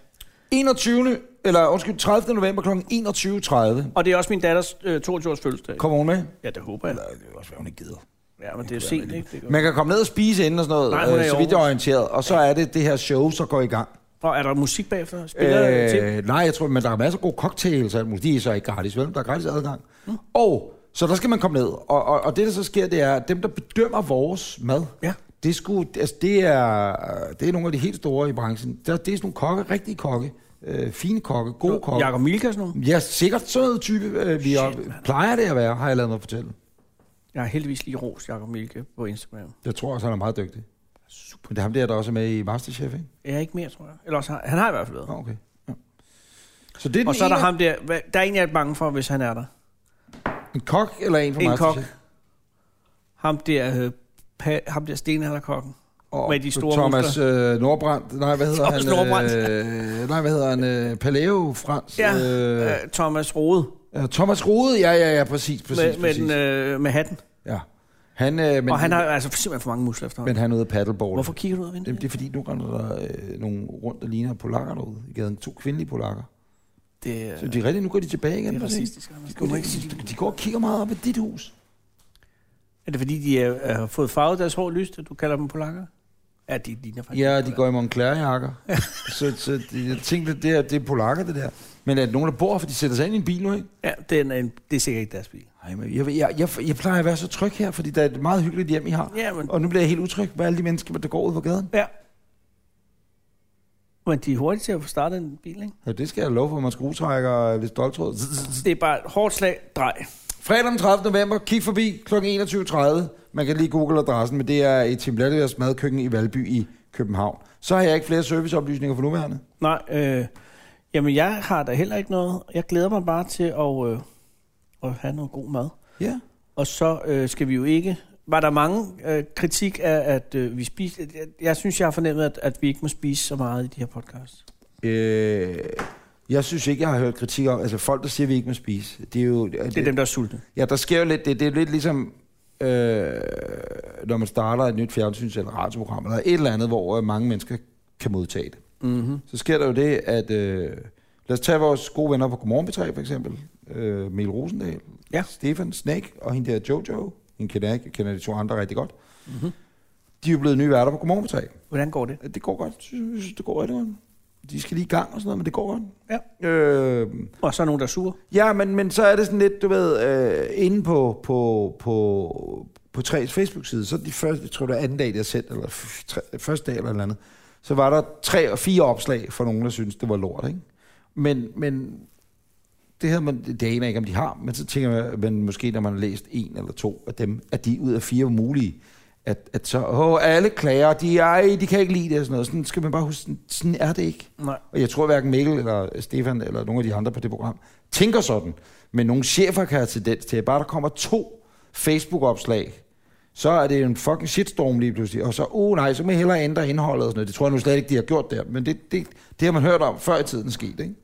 21. Eller undskyld, 30. november kl. 21.30.
Og det er også min datters øh, 22-års fødselsdag.
Kommer hun med?
Ja, det håber jeg.
Eller, det er også, hvad hun ikke gider.
Ja, men det er sent, ikke? Det
Man kan komme ned og spise inden og sådan noget,
Nej,
Nej,
hun er
øh,
i
så vidt jeg er
Aarhus.
orienteret. Og så er det det her show, så går i gang.
Og er der musik bagefter? Spiller øh, til?
Øh, nej, jeg tror, men der er masser af gode cocktails og alt muligt. De er så ikke gratis, vel? Der er gratis adgang. Mm. Og så der skal man komme ned. Og, og, og det, der så sker, det er, at dem, der bedømmer vores mad,
Ja.
det, skulle, altså, det, er, det er nogle af de helt store i branchen. Der, det er sådan nogle kokke, rigtige kokke, øh, fine kokke, gode kokke.
Jakob Milka og sådan noget?
Ja, sikkert sådan noget type, øh, vi
Shit,
er,
mand.
plejer det at være, har jeg lavet mig fortælle.
Jeg har heldigvis lige rost Jakob Milke på Instagram.
Jeg tror også, han er meget dygtig. Super. Det er ham der, der også er med i Masterchef, ikke?
Jeg er ikke mere, tror jeg. Eller også har, han har i hvert fald været.
Nå, okay. Ja. Så det er den
Og så er der
ene-
ham der. Hvad- Der er en, jeg er bange for, hvis han er der.
en kok eller en fra
En kok.
Masterchef?
Ham der, øh, pa, ham der stenalderkokken.
Og
Med de store
Thomas øh, Nordbrandt. Nej, hvad hedder
Thomas
han?
Nordbrandt.
Øh, nej, hvad hedder han? Øh, Paleo Frans.
Ja,
Øh,
øh, Thomas Rode
øh, Thomas Rode. Ja, ja, ja, præcis, præcis,
med, med,
præcis.
den, øh, med hatten.
ja. Han, øh, men,
Men, og han har altså simpelthen for mange musler efterhånden.
men han er ude at paddleboard.
Hvorfor kigger du ud af vinduet?
Det, det er fordi, nu render der øh, nogle rundt, der ligner polakker derude i gaden. To kvindelige polakker.
Det, er-
Så de er rigtigt, nu går de tilbage igen.
det er
på scenen.
racistisk. Anders.
De
Det må
går,
man ikke sige.
de, de går og kigger meget op i dit hus.
Er det fordi, de er- er- har fået farvet deres hår lyst, at du kalder dem polakker? Ja, de ligner faktisk.
Ja, de
polakker.
går i Montclair-jakker. så så de, jeg tænkte, det, er, det er polakker, det der. Men er det nogen, der bor, for de sætter sig ind i en bil nu, ikke?
Ja, den er en, det er sikkert ikke deres bil.
Ej, men jeg, jeg, jeg, jeg plejer at være så tryg her, fordi der er et meget hyggeligt hjem, I har.
Ja, men,
Og nu bliver jeg helt utryg med alle de mennesker, der går ud på gaden.
ja. men de er hurtige til at få startet en bil, ikke?
Ja, det skal jeg love for, man skruetrækker og lidt stoltråd. Zzz, zzz.
Det er bare et hårdt slag, drej.
Fredag den 30. november, kig forbi kl. 21.30. Man kan lige google adressen, men det er i Tim Lattevers madkøkken i Valby i København. Så har jeg ikke flere serviceoplysninger for nuværende.
Nej, øh, jamen jeg har da heller ikke noget. Jeg glæder mig bare til at, øh, at have noget god mad.
Ja.
Og så øh, skal vi jo ikke... Var der mange øh, kritik af, at øh, vi spiste... Jeg, jeg synes, jeg har fornemmet, at, at vi ikke må spise så meget i de her podcasts.
Øh, jeg synes ikke, jeg har hørt kritik om, altså folk, der siger, vi ikke må spise. Det er jo...
Det er dem, der er sultne.
Ja, der sker jo lidt det. Det er lidt ligesom, øh, når man starter et nyt fjernsyns- eller radioprogram, eller et eller andet, hvor øh, mange mennesker kan modtage det.
Mm-hmm.
Så sker der jo det, at... Øh, lad os tage vores gode venner på Godmorgen B3, for eksempel. Øh, Mel Rosendal,
Ja.
Stefan, Snake og hende der Jojo. Hende kender jeg ikke. Jeg kender de to andre rigtig godt.
Mhm.
De er jo blevet nye værter på Godmorgen B3.
Hvordan går det?
Det går godt. Jeg synes, det går rigtig godt. De skal lige i gang og sådan noget, men det går godt.
Ja.
Øh,
Og så er nogen, der er sure.
Ja, men, men så er det sådan lidt, du ved, øh, inde på, på, på, på 3's Facebook-side, så de første, jeg tror det var anden dag, det er sendt, eller f- tre, første dag eller et eller andet, så var der tre og fire opslag for nogen, der synes det var lort, ikke? Men, men det havde man, det aner jeg ikke, om de har, men så tænker man, men måske når man har læst en eller to af dem, at de ud af fire mulige, at, at så, åh, alle klager, de, ej, de kan ikke lide det og sådan noget. Sådan skal man bare huske, sådan, sådan er det ikke.
Nej.
Og jeg tror hverken Mikkel eller Stefan eller nogen af de andre på det program tænker sådan. Men nogle chefer kan have tendens til, at bare der kommer to Facebook-opslag, så er det en fucking shitstorm lige pludselig. Og så, uh nej, så må jeg hellere ændre indholdet og sådan noget. Det tror jeg nu slet ikke, de har gjort der. Men det, det, det har man hørt om før i tiden sket, ikke?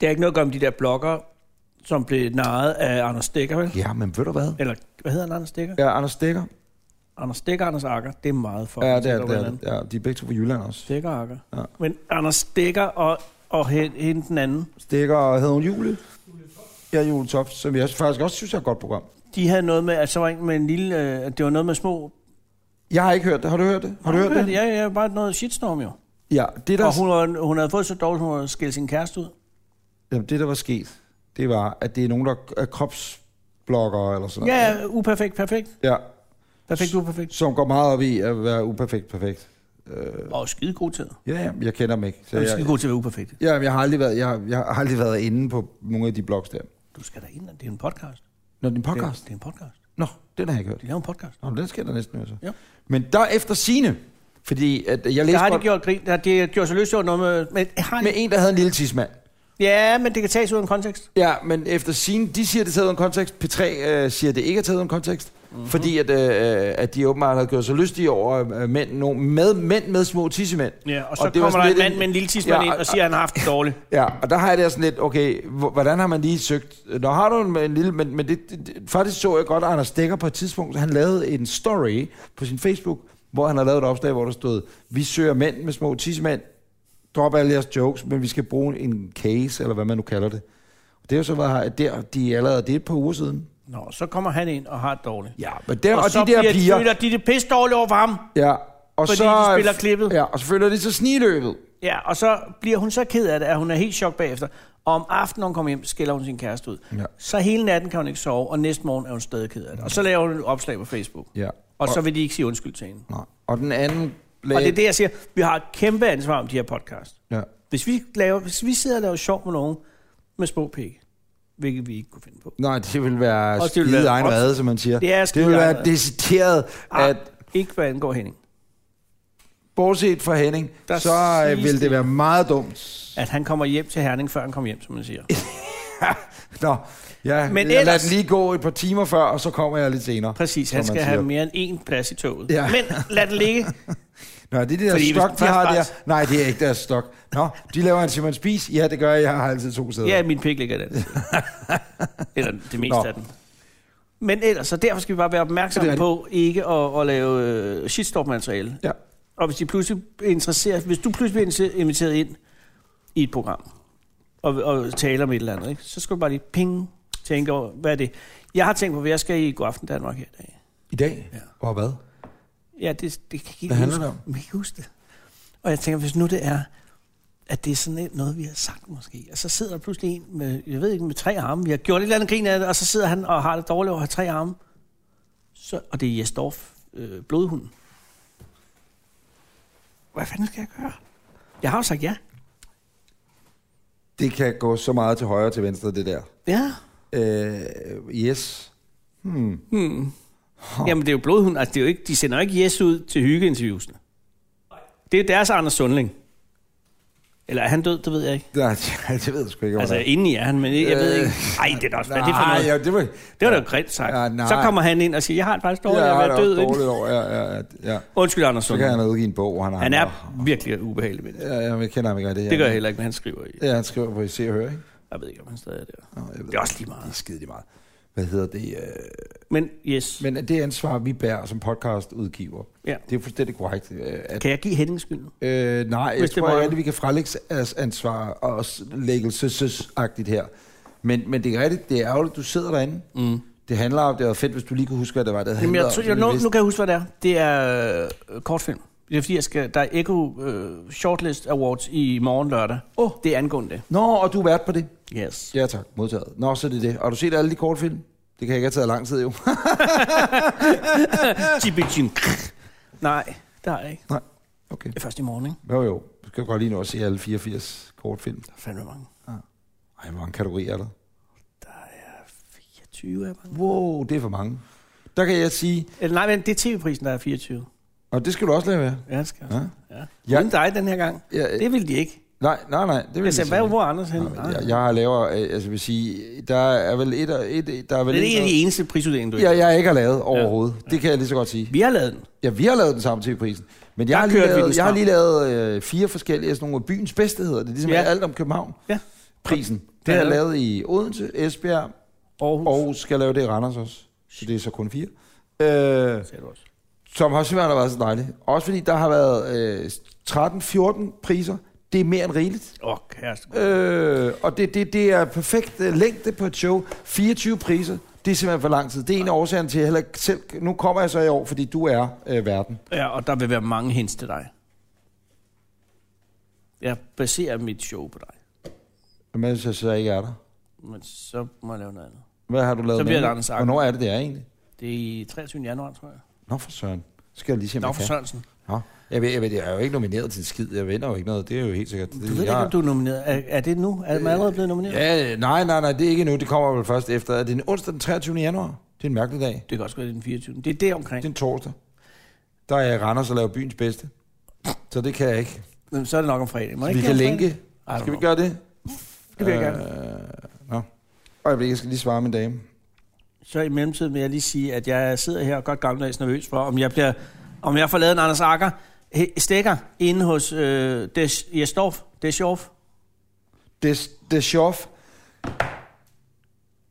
Det er ikke noget at gøre med de der blogger, som blev narret af Anders Stikker, vel?
Ja, men ved du hvad?
Eller, hvad hedder han, Anders Stikker?
Ja, Anders Stikker.
Anders Stikker Anders Akker, det er meget for.
Ja, det er, det er, det er, de er begge to fra Jylland også.
Stikker Akker.
Ja.
Ja. Men Anders Stikker og, og hen- hende den anden,
Stikker og havde hun Jule. Ja, Jule Top, som jeg faktisk også synes er et godt program.
de havde noget med, at så var en med en lille, øh, at det var noget med små...
Jeg har ikke hørt det. Har du hørt det? Har du hørt det?
Ja, ja, bare noget shitstorm jo.
Ja, det der...
Og hun, var, hun havde fået så dårligt, hun havde skilt sin kæreste ud.
Jamen, det, der var sket, det var, at det er nogen, der er kropsbloggere eller sådan noget.
Ja, uperfekt, perfekt.
Ja,
Perfekt, uperfekt.
som går meget op i at være uperfekt perfekt. Øh,
Og skide god tid.
ja, ja, jeg kender dem ikke. Så
Jeg er
jeg,
skide god til at være uperfekt.
ja, jeg, har aldrig været, jeg, jeg har aldrig været inde på nogle af de blogs der.
Du skal da ind, det er en podcast.
Nå, din
Det,
podcast?
det er en podcast.
Nå, den har jeg ikke hørt.
De laver en podcast.
Nå, den skal der næsten høre så.
Ja.
Men der efter sine, fordi at jeg læste
Der har de
godt
gjort grin. Der, de har gjort sig løs over noget med... Men, har de,
med en, der havde en lille tidsmand.
ja, men det kan tages ud af en kontekst.
Ja, men efter sine, de siger, det er taget ud af en kontekst. P3 øh, siger, det ikke er taget ud af en kontekst. Mm-hmm.
Mhm.
Fordi at, øh, at de åbenbart havde gjort sig lystige over øh, mænd, no, med, mænd med små tissemænd.
Ja, og så
Og
og
det var
kommer der
sådan
en
lidt
mand
en-
med en lille tidsmand
Ja,
ind
og-
og siger, at han har haft det dårligt.
Ja, og der har jeg det sådan lidt, okay, hvor- hvordan har man lige søgt? Nå, har du en, en lille, men, men det, det, det, faktisk så jeg godt, at Anders Dækker på et tidspunkt, han lavede en story på sin Facebook, hvor han har lavet et opslag, hvor der stod, vi søger mænd med små tissemænd, drop alle jeres jokes, men vi skal bruge en case, eller hvad man nu kalder det. Og det er jo så været der, de allerede, det er et par uger siden.
Nå, så kommer han ind og har det dårligt.
Ja, men der, og, og
så
de der
bliver
piger,
føler de det pisse dårligt over for ham.
ja, og
fordi
så,
de spiller klippet.
Ja, og så følger de så sniløbet.
Ja, og så bliver hun så ked af det, at hun er helt chok bagefter. Og om aftenen, når hun kommer hjem, skiller hun sin kæreste ud.
Ja.
Så hele natten kan hun ikke sove, og næste morgen er hun stadig ked af det. Og så laver hun et opslag på Facebook.
Ja.
Og så vil de ikke sige undskyld til hende.
Nå. Og den anden lag...
Og det er det, jeg siger. Vi har et kæmpe ansvar om de her podcast.
Ja.
Hvis vi, laver, hvis vi sidder og laver sjov med nogen med små pik, hvilket vi ikke kunne finde på.
Nej, det vil være
Og det vil
skide
være-
egen rade, som man siger.
Det er skide
det vil
egen
være
rade.
decideret,
Ah,
at
Ikke hvad angår Henning.
bortset fra Henning,
Der
så øh,
siges
vil det
det.
være meget dumt.
At han kommer hjem til Herning, før han kommer hjem, som man siger.
Nå, ja, Men
Men
jeg lader
ellers-
den lige gå et par timer før, og så kommer jeg lidt senere.
Præcis,
som
han
man
skal
siger.
have mere end én plads i toget.
Ja.
Men lad det ligge.
Nå, det er det der
Fordi hvis
stok,
den
de
først
har der.
faktisk-
Nej, det er ikke deres stok. Nå, de laver en Simon Spis. Ja, det gør jeg. Jeg har altid to sæder.
Ja, min pik ligger i den. Eller det
Nå.
meste Nå. af den. Men ellers, så derfor skal vi bare være
Det er
opmærksomme på ikke at, at lave øh, shitstorm-materiale.
Ja.
Og hvis, de pludselig interesserer, hvis du pludselig bliver inter- inviteret ind i et program, og, og taler om et eller andet, ikke? så skal du bare lige ping, tænke over, hvad er det? Jeg har tænkt på, hvad jeg skal i God Aften Danmark her i dag.
I dag?
Ja.
Og hvad?
Ja, det, det kan jeg ikke
Hvad handler
huske.
det om?
Jeg kan ikke huske det. Og jeg tænker, hvis nu det er, at det er sådan et- noget, vi har sagt måske, og så sidder der pludselig en med, jeg ved ikke, med tre arme. Vi har gjort et eller andet grin af det, og så sidder han og har det dårligt over at have tre arme. Så, og det er Jesdorf, øh, blodhunden. Hvad fanden skal jeg gøre? Jeg har jo sagt ja.
Det kan gå så meget til højre og til venstre, det der.
Ja.
Øh, yes. Hmm.
Jamen, det er jo blodhunden. Altså, det er jo ikke, de sender jo ikke yes ud til hyggeinterviewsene. Det er deres Anders Sundling. Eller er han død? Det ved jeg ikke.
Nej, det, det ved jeg sgu ikke. om
Altså,
det er.
indeni er han, men jeg ved
Øh,
ikke. Ej, det er da også, hvad er det for
Nej,
noget?
ja, det var,
Det var da grimt sagt.
Ja, nej.
så kommer han ind og siger, jeg har det faktisk dårligt, jeg
har
har
det
været
også
død. ikke?
dårligt over. Ja, ja, ja, ja.
Undskyld, Anders
Så kan
Sundhed.
han udgive en bog, hvor han har...
Han er virkelig ubehagelig med det.
Ja, ja, men jeg kender ham ikke rigtig.
Det gør jeg heller ikke, men han skriver i.
Ja, han skriver på I Se og Hør, ikke?
Jeg ved ikke, om han stadig er der.
Nå, jeg ved
Det er også lige
Det er
meget.
skide lige meget. Hvad hedder det? Øh,
Men yes,
Men det ansvar, vi bærer som podcastudgiver,
Ja.
det er fuldstændig korrekt. øh, At,
kan jeg give Henning skylden?
øh, nej, jeg
Hvis det
tror
må-
ikke, at vi kan frelægge os ansvar og os læggelsesagtigt her. Men, men det er rigtigt, det er ærgerligt, du sidder derinde. Mm. Det handler om, det var fedt, hvis du lige kunne huske, hvad det var, det
Jamen,
handlede
jeg
om.
tror,
så
jeg,
vi
nu,
vidste-
nu kan jeg huske, hvad det er. Det er øh, kortfilm. Det er fordi, jeg skal, der er Echo øh, Shortlist Awards i morgen lørdag. Oh. Det er angående det.
Nå, og du er vært på det.
Yes.
Ja tak, modtaget. Nå, så er det det. Har du set alle de kortfilm? Det kan ikke have taget lang tid, jo.
Jibijin. Nej, der er jeg ikke.
nej, okay.
Det er først i morgen, ikke?
Jo, jo. Du skal godt lige nå at se alle 84 kortfilm.
Der er fandme mange.
Ej, hvor mange kategorier er der?
24 er mange.
Wow, det er for mange. Der kan jeg sige,
Eller nej, men det er tv-prisen, der er 24.
og det skal du også lade være.
Ja, det skal jeg. Ja. ja.
Jeg-
Uden dig den her gang.
Ja,
Det vil de ikke.
Nej, nej, nej. Det Øh, vil
Jeg sagde,
sige.
hvad, hvor er Anders henne?
Nej, men
Nej,
jeg, jeg har laver, øh, altså vil sige, der er vel et og et, der er vel
Det er en af
et,
de eneste prisuddelinger, du ikke
Ja, jeg ikke har lavet overhovedet. Ja. Det kan jeg lige så godt sige.
Vi har lavet den.
Ja, vi har lavet den samme TV-prisen. Men jeg
Der
har, lige
kørte vi den
lavet, jeg har
stram.
lige lavet øh, fire forskellige, sådan nogle af byens bedste hedder det. Ligesom ja.
Ja.
alt om København.
Ja.
Prisen. Det
Ja.
har jeg lavet i Odense, Esbjerg,
Aarhus.
og skal lave det i Randers også. Så det er så kun fire. Øh,
Sagde du også.
som har simpelthen har været så dejligt. Også fordi der har været øh, 13-14 priser. Det er mere end rigeligt.
Åh, oh, kæreste.
Øh, og det, det, det er perfekt øh, længde på et show. 24 priser, det er simpelthen for lang tid. Det er en af årsagerne til, at jeg heller ikke selv... Nu kommer jeg så i år, fordi du er øh, verden.
Ja, og der vil være mange hints til dig. Jeg baserer mit show på dig.
Men hvis jeg så ikke er der.
Men så må jeg lave noget andet.
Hvad har du lavet?
Så bliver
med
der
det?
Anders Agger.
Hvornår er det, det er egentlig?
Det er i 23. januar, tror jeg.
Nå for søren. Så skal jeg lige se, om
Nå,
jeg
for
kan.
Sørensen.
Nå. Jeg, ved, jeg, ved, jeg er jo ikke nomineret til en skid. Jeg vinder jo ikke noget. Det er jo helt sikkert. Det,
Du ved
jeg...
ikke, om du er nomineret. Er, er det nu? Er man allerede blevet nomineret?
Øh, Ja, nej, nej, nej, det er ikke nu. Det kommer vel først efter. Er det en onsdag den 23. januar? Det er en mærkelig dag.
Det kan også være det er den 24. Det er det
Det er
omkring.
en torsdag. Der er jeg i Randers og laver byens bedste. Så det kan jeg ikke.
Men Så er det nok om fredag. Må jeg
Vi
ikke
kan
gøre det?
linke.
Ej,
Skal vi
nå.
gøre det?
Det vil jeg gerne.
Øh, nå. Øjeblik, jeg skal lige svare min dame.
Så i mellemtiden vil jeg lige sige, at jeg sidder her og er godt gammeldags nervøs for, om jeg, bliver, om jeg får lavet en Anders Akker he- stikker inde hos øh, Des, Jesdorf. Deschorf.
Des, Deschov.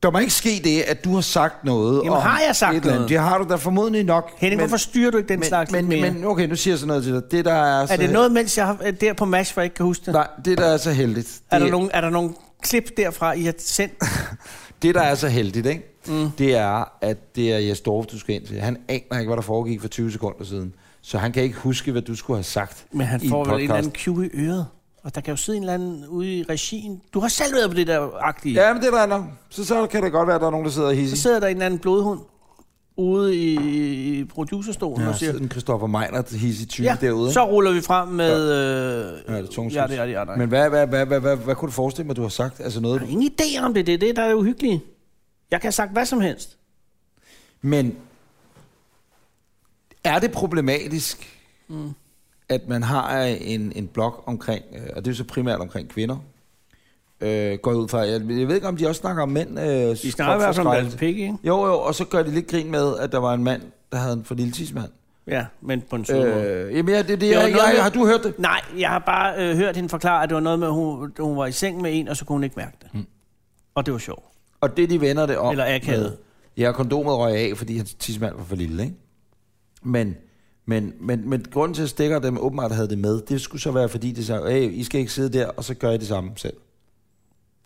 der må ikke ske det, at du har sagt noget.
Jamen,
om
har jeg sagt
et eller andet.
noget?
Det har du da formodentlig nok.
Henning, men, hvorfor styrer du ikke den
men,
slags
men,
lidt mere?
men, okay, nu siger jeg sådan noget til dig. Det, der er, så,
er det noget, mens jeg har, er der på MASH, hvor jeg ikke kan huske det?
Nej, det, der er så heldigt. Det,
er, der nogen, er der nogen klip derfra, I har sendt?
det, der er så heldigt, ikke? Mm. det er, at det er Jes Dorf, du skal ind til. Han aner ikke, hvad der foregik for 20 sekunder siden. Så han kan ikke huske, hvad du skulle have sagt
Men han
i
får vel en eller anden
podcast.
cue i øret. Og der kan jo sidde en eller anden ude i regien. Du har selv været på det der agtige.
Ja, men det er der nok. Så, så kan det godt være, at der er nogen, der sidder og
Så
hisser.
sidder der en eller anden blodhund ude i, i producerstolen
Ja,
og
så
siger,
sidder den Christoffer Meinert hisse 20
ja,
derude.
så ruller vi frem med... Øh,
Ja, det er tungt.
ja, det er det, ja, nej.
Men hvad, hvad, hvad, hvad, hvad, hvad kunne du forestille mig, du har sagt? Altså noget,
Jeg har ingen idé om det, det er det, der er uhyggeligt. Jeg kan have sagt hvad som helst.
Men er det problematisk, mm. at man har en, en blog omkring, øh, og det er jo så primært omkring kvinder, øh, går jeg ud fra, jeg, jeg ved ikke, om de også snakker om mænd. Øh,
De snakker i hvert fald om Baltic Pig, ikke?
Jo, jo, og så gør de lidt grin med, at der var en mand, der havde en forlidelsesmand.
Ja, men på en sød måde.
Øh, jamen, ja, det, det, det
var
jeg,
noget
jeg,
med-
har du hørt det?
Nej, jeg har bare øh, hørt hende forklare, at det var noget med, at hun, hun var i seng med en, og så kunne hun ikke mærke det. Mm. Og det var sjovt.
Og det, de vender det om...
Eller akavet.
med- Ja, kondomet røg af, fordi hans tidsmand var for lille, ikke? Men, men, men, men grunden til, at stikker dem åbenbart havde det med, det skulle så være, fordi de sagde, hey, I skal ikke sidde der, og så gør I det samme selv.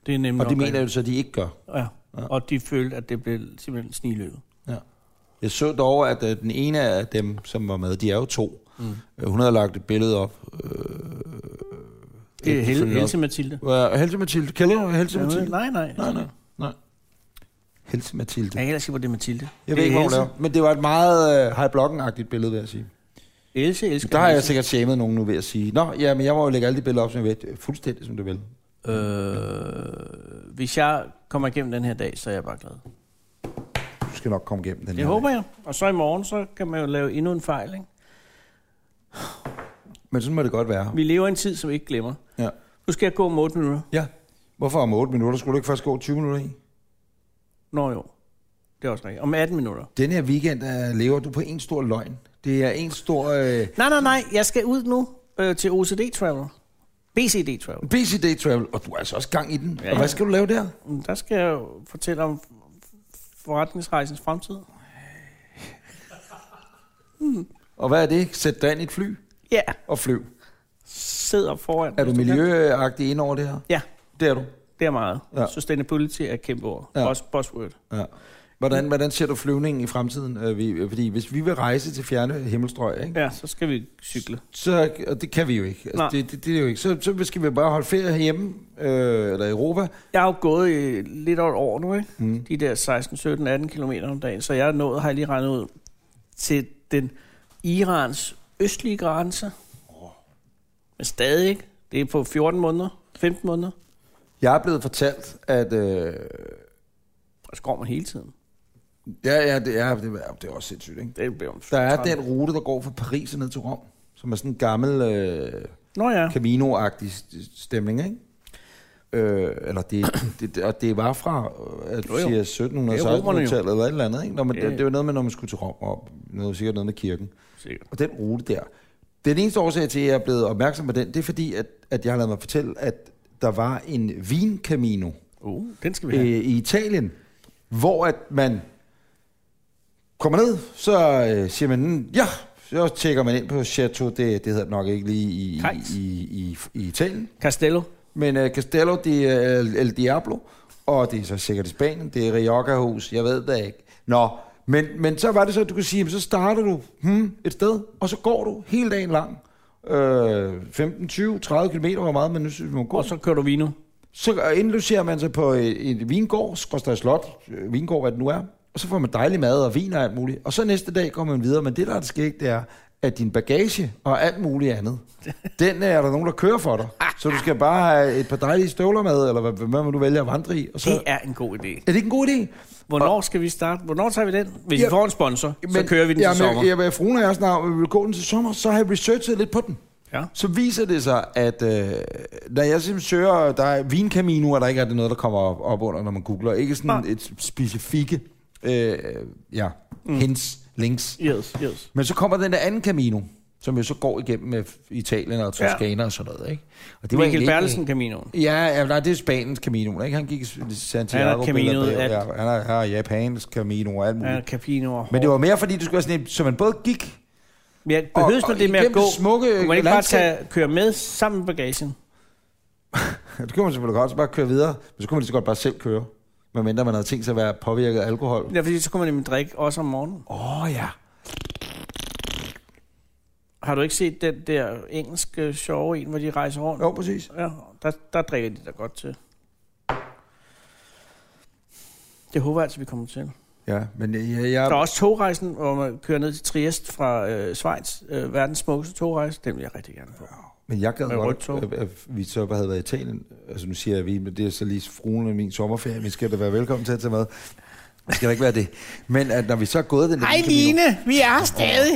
Det er nemlig
Og det
nok
mener jeg jo så, de ikke gør.
rigtigt. Ja. Og de følte, at det blev simpelthen snigløbet.
Ja. Jeg så dog, at øh, den ene af dem, som var med, de er jo to. Mm. Hun havde lagt et billede op. Øh,
Det er Hel-
efterfølgende
Helse Mathilde.
op. Var Helse Mathilde. Kælder du Helse Mathilde?
Nej, nej.
Nej, nej, nej. Helse Mathilde.
Jeg kan ellers sige, hvor det er Mathilde.
Jeg ved ikke, hvor hun
Else.
er. Men det var et meget øh, high blokken-agtigt billede, vil jeg sige.
Else elsker
Der har jeg
Else.
sikkert shamed nogen nu ved at sige, Nå, ja, men jeg må jo lægge alle de billeder op, som jeg ved, fuldstændig som du vil.
Øh, hvis jeg kommer igennem den her dag, så er jeg bare glad.
Du skal nok komme igennem den
Det håber jeg. Og så i morgen, så kan man jo lave endnu en fejl, ikke?
dag. Men sådan må det godt være.
Vi lever i en tid, som vi ikke glemmer.
Ja.
Nu skal jeg gå om 8 minutter.
ja. Hvorfor om 8 minutter? Skulle du ikke først gå 20 minutter i?
Nå jo. Det er også rigtigt. Om 18 minutter.
Den her weekend uh, lever du på en stor løgn. Det er en stor uh,
Nej, nej, nej. Jeg skal ud nu øh, til OCD Travel. BCD Travel.
BCD travel, og du er altså også gang i den. Ja,
Ja,
Og
ja.
hvad skal du lave der?
Men Mm, Der skal jeg jo fortælle om forretningsrejsens fremtid.
Og hvad er det? Sæt dig ind i et fly
Ja,
og flyv.
sidder foran.
Er du
hvis kan.
miljøagtig ind over det her?
Ja,
Det er du.
det er meget.
Ja.
Ja. Sustainability er et kæmpe ord.
Ja.
Ja. Også buzzword.
Ja. Hvordan, hvordan ser du flyvningen i fremtiden? Øh, vi- Fordi hvis vi vil rejse til fjerne himmelstrøg, ikke?
Ja, så skal vi cykle.
så, og det kan vi jo ikke. Altså,
Nej.
det, det, det, er jo ikke. Så, så skal vi bare holde ferie herhjemme, øh, eller i Europa.
Jeg har jo gået i lidt over et år nu, ikke? Mm. De der 16, 17, 18 km om dagen. Så jeg er nået, har jeg lige regnet ud, til den Irans østlige grænse. Men stadig ikke. Det er på 14 måneder, 15 måneder.
Jeg er blevet fortalt, at... Øh,
Og så går man hele tiden.
ja, ja, det, ja det, er- det er også sindssygt, ikke?
Det bliver om
Der er
30.
den rute, der går fra Paris og ned til Rom, som er sådan en gammel øh,
Nå ja.
Camino-agtig st- stemning, ikke? Øh, eller det, det, det, og det var fra, øh, at du
Jo, jo.
siger
Det er romerne jo.
1700-tallet eller et eller andet, ikke? Når man,
Ja,
det,
ja.
det var noget med, når man skulle til Rom, og noget, sikkert noget med kirken.
Sikkert.
Og den rute der. Den eneste årsag til, at jeg er blevet opmærksom på den, det er fordi, at, at jeg har lavet mig fortælle, at der var en vinkamino
Uh, den skal vi
øh,
have.
i Italien, hvor at man kommer ned, så øh, siger man, "Mm, ja, så tjekker man ind på Chateau, det, det hedder det nok ikke lige i,
Kajs.
i, i, i, i Italien,
Castello.
men øh, Castello de El, El Diablo, og det er så sikkert i Spanien, det er Rioja-hus, jeg ved det ikke. Nå, men, men så var det så, at du kunne sige, jamen, så starter du hmm, et sted, og så går du hele dagen lang. Øh, 15, 20, 30 km, hvor meget man nu synes, man må gå.
Og så kører du vino.
Så indlogerer man sig på et, et vingård, Skråstad Slot, øh, vingård, hvad det nu er. Og så får man dejlig mad og vin og alt muligt. Og så næste dag går man videre, men det, der er det skægt, det er, at din bagage og alt muligt andet, den øh, er der nogen, der kører for dig.
Ah,
Så du skal bare have et par dejlige støvler med, eller hvad, hvad man nu vælger at vandre i. Og så,
Det er en god idé.
er det ikke en god idé?
Hvornår skal vi starte? Hvornår tager vi den? Hvis
Ja.
vi får en sponsor, så kører vi den til
jamen,
sommer.
Jamen, fruen og jeg snart vi vil gå den til sommer, så har jeg researchet lidt på den.
Ja.
Så viser det sig, at øh, når jeg simpelthen søger, der er vinkaminoer, der ikke er det noget, der kommer op, op under, når man googler. Ikke sådan
Nej.
et specifikke øh, ja, hints, links.
Mm. Yes, yes.
Men så kommer den der anden Camino, som jo så går igennem øh, Italien og
Ja.
Toskana ja. og sådan noget. Ikke? Og
Det var Michael
egentlig Mm. ikke-
Bertelsen Caminoen.
Ja, ja, nej, det er Spaniens Camino, ikke? Han gik i Santiago.
Han er Caminoet
Bernabeu,
alt.
Ja, han er, han er Japans Camino og alt muligt.
Ja, Capino og
Men det var mere, fordi det skulle være sådan en, så man både gik...
Men jeg- behøves
og-
man
og
det med at
igennem
gå?
det smukke
Kunne man ikke bare
landskab?
tage, køre med sammen med bagagen?
Det kunne man selvfølgelig godt, så bare køre videre. Men så kunne man lige så godt bare selv køre. Medmindre man havde tænkt sig at være påvirket af alkohol.
Ja, fordi så kunne man nemlig drikke også om morgenen.
Åh oh, ja.
Har du ikke set den der engelske sjove en, hvor de rejser rundt?
Jo, præcis.
Ja, der, der drikker de da godt til. Det håber jeg altså, vi kommer til.
Ja, men jeg... jeg
Der er også togrejsen, hvor man kører ned til Triest fra øh, Schweiz. Øh, verdens smukkeste togrejse. Den vil jeg rigtig gerne på.
Men jeg gad
Med rødt
godt, at,
tog.
at vi så bare havde været i Italien. Altså nu siger jeg, at vi, men det er så lige fruen af min sommerferie. Vi skal da være velkommen til at tage med. Det skal da ikke være det. Men at når vi så er gået den... der Camino-
vi er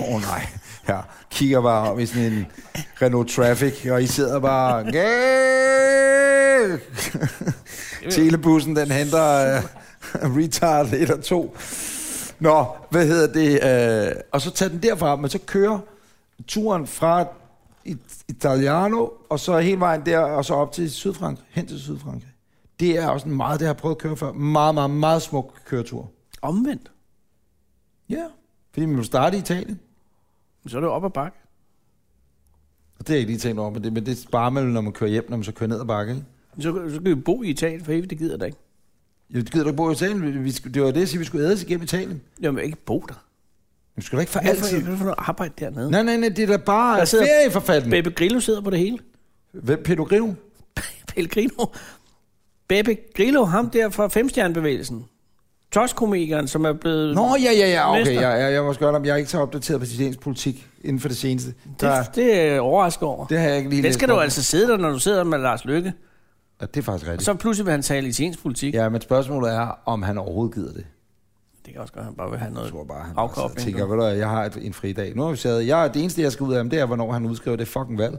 Åh oh, nej, ja. Kigger bare om i sådan en Renault Traffic, og I sidder bare... Telebussen, den henter uh, retard 1 og 2. Nå, hvad hedder det? Uh, og så tager den derfra, men så kører turen fra It- Italiano, og så hele vejen der, og så op til Sydfrankrig, hen til Sydfrankrig. Det er også en meget, det har jeg prøvet at køre før. Meget, meget, meget smuk køretur.
Omvendt.
Ja, yeah. fordi man vil starte i Italien.
Men Så er det jo op ad bakke.
Og det har jeg ikke lige tænkt over, men det, men det sparer man jo, når man kører hjem, når man så kører ned ad bakke. Ikke?
Men Så, så kan vi bo i Italien, for evigt, det gider der ikke.
Jeg gider du ikke bo i Italien? Vi- Vi, skulle- det var det, jeg siger, vi skulle ædes igennem Italien.
Jamen, jeg vil ikke bo der.
Men skulle da ikke for
Hvad for,
altid...
hvad for noget arbejde dernede?
Nej, nej, nej, det er da bare
Der sidder-
ferie for fanden.
Beppe Grillo sidder på det hele.
Hvem Pellegrino?
Pellegrino. Beppe Grillo, ham der fra Femstjernebevægelsen. Toskomikeren, som er blevet...
Nå, ja, ja, ja, okay.
Mester.
Jeg, jeg, jeg må også gøre om, jeg er ikke så opdateret på italiensk politik inden for det seneste. Der,
det, det er jeg overrasket over.
det har jeg ikke lige
Den
læst
skal du
op.
altså sidde der, når du sidder med Lars Lykke.
Ja, det er faktisk
Og
rigtigt.
så pludselig vil han tale italiensk politik. Ja.
Ja, men spørgsmålet er, om han overhovedet gider det.
Det kan også godt, at han bare vil have noget.
Jeg tror bare, han
Afkobling,
altså, tænker,
du.
ved du, hvad, jeg har et, en fridag. Nu har vi sagt, jeg, det eneste, jeg skal ud af, det er, hvornår han udskriver det fucking valg.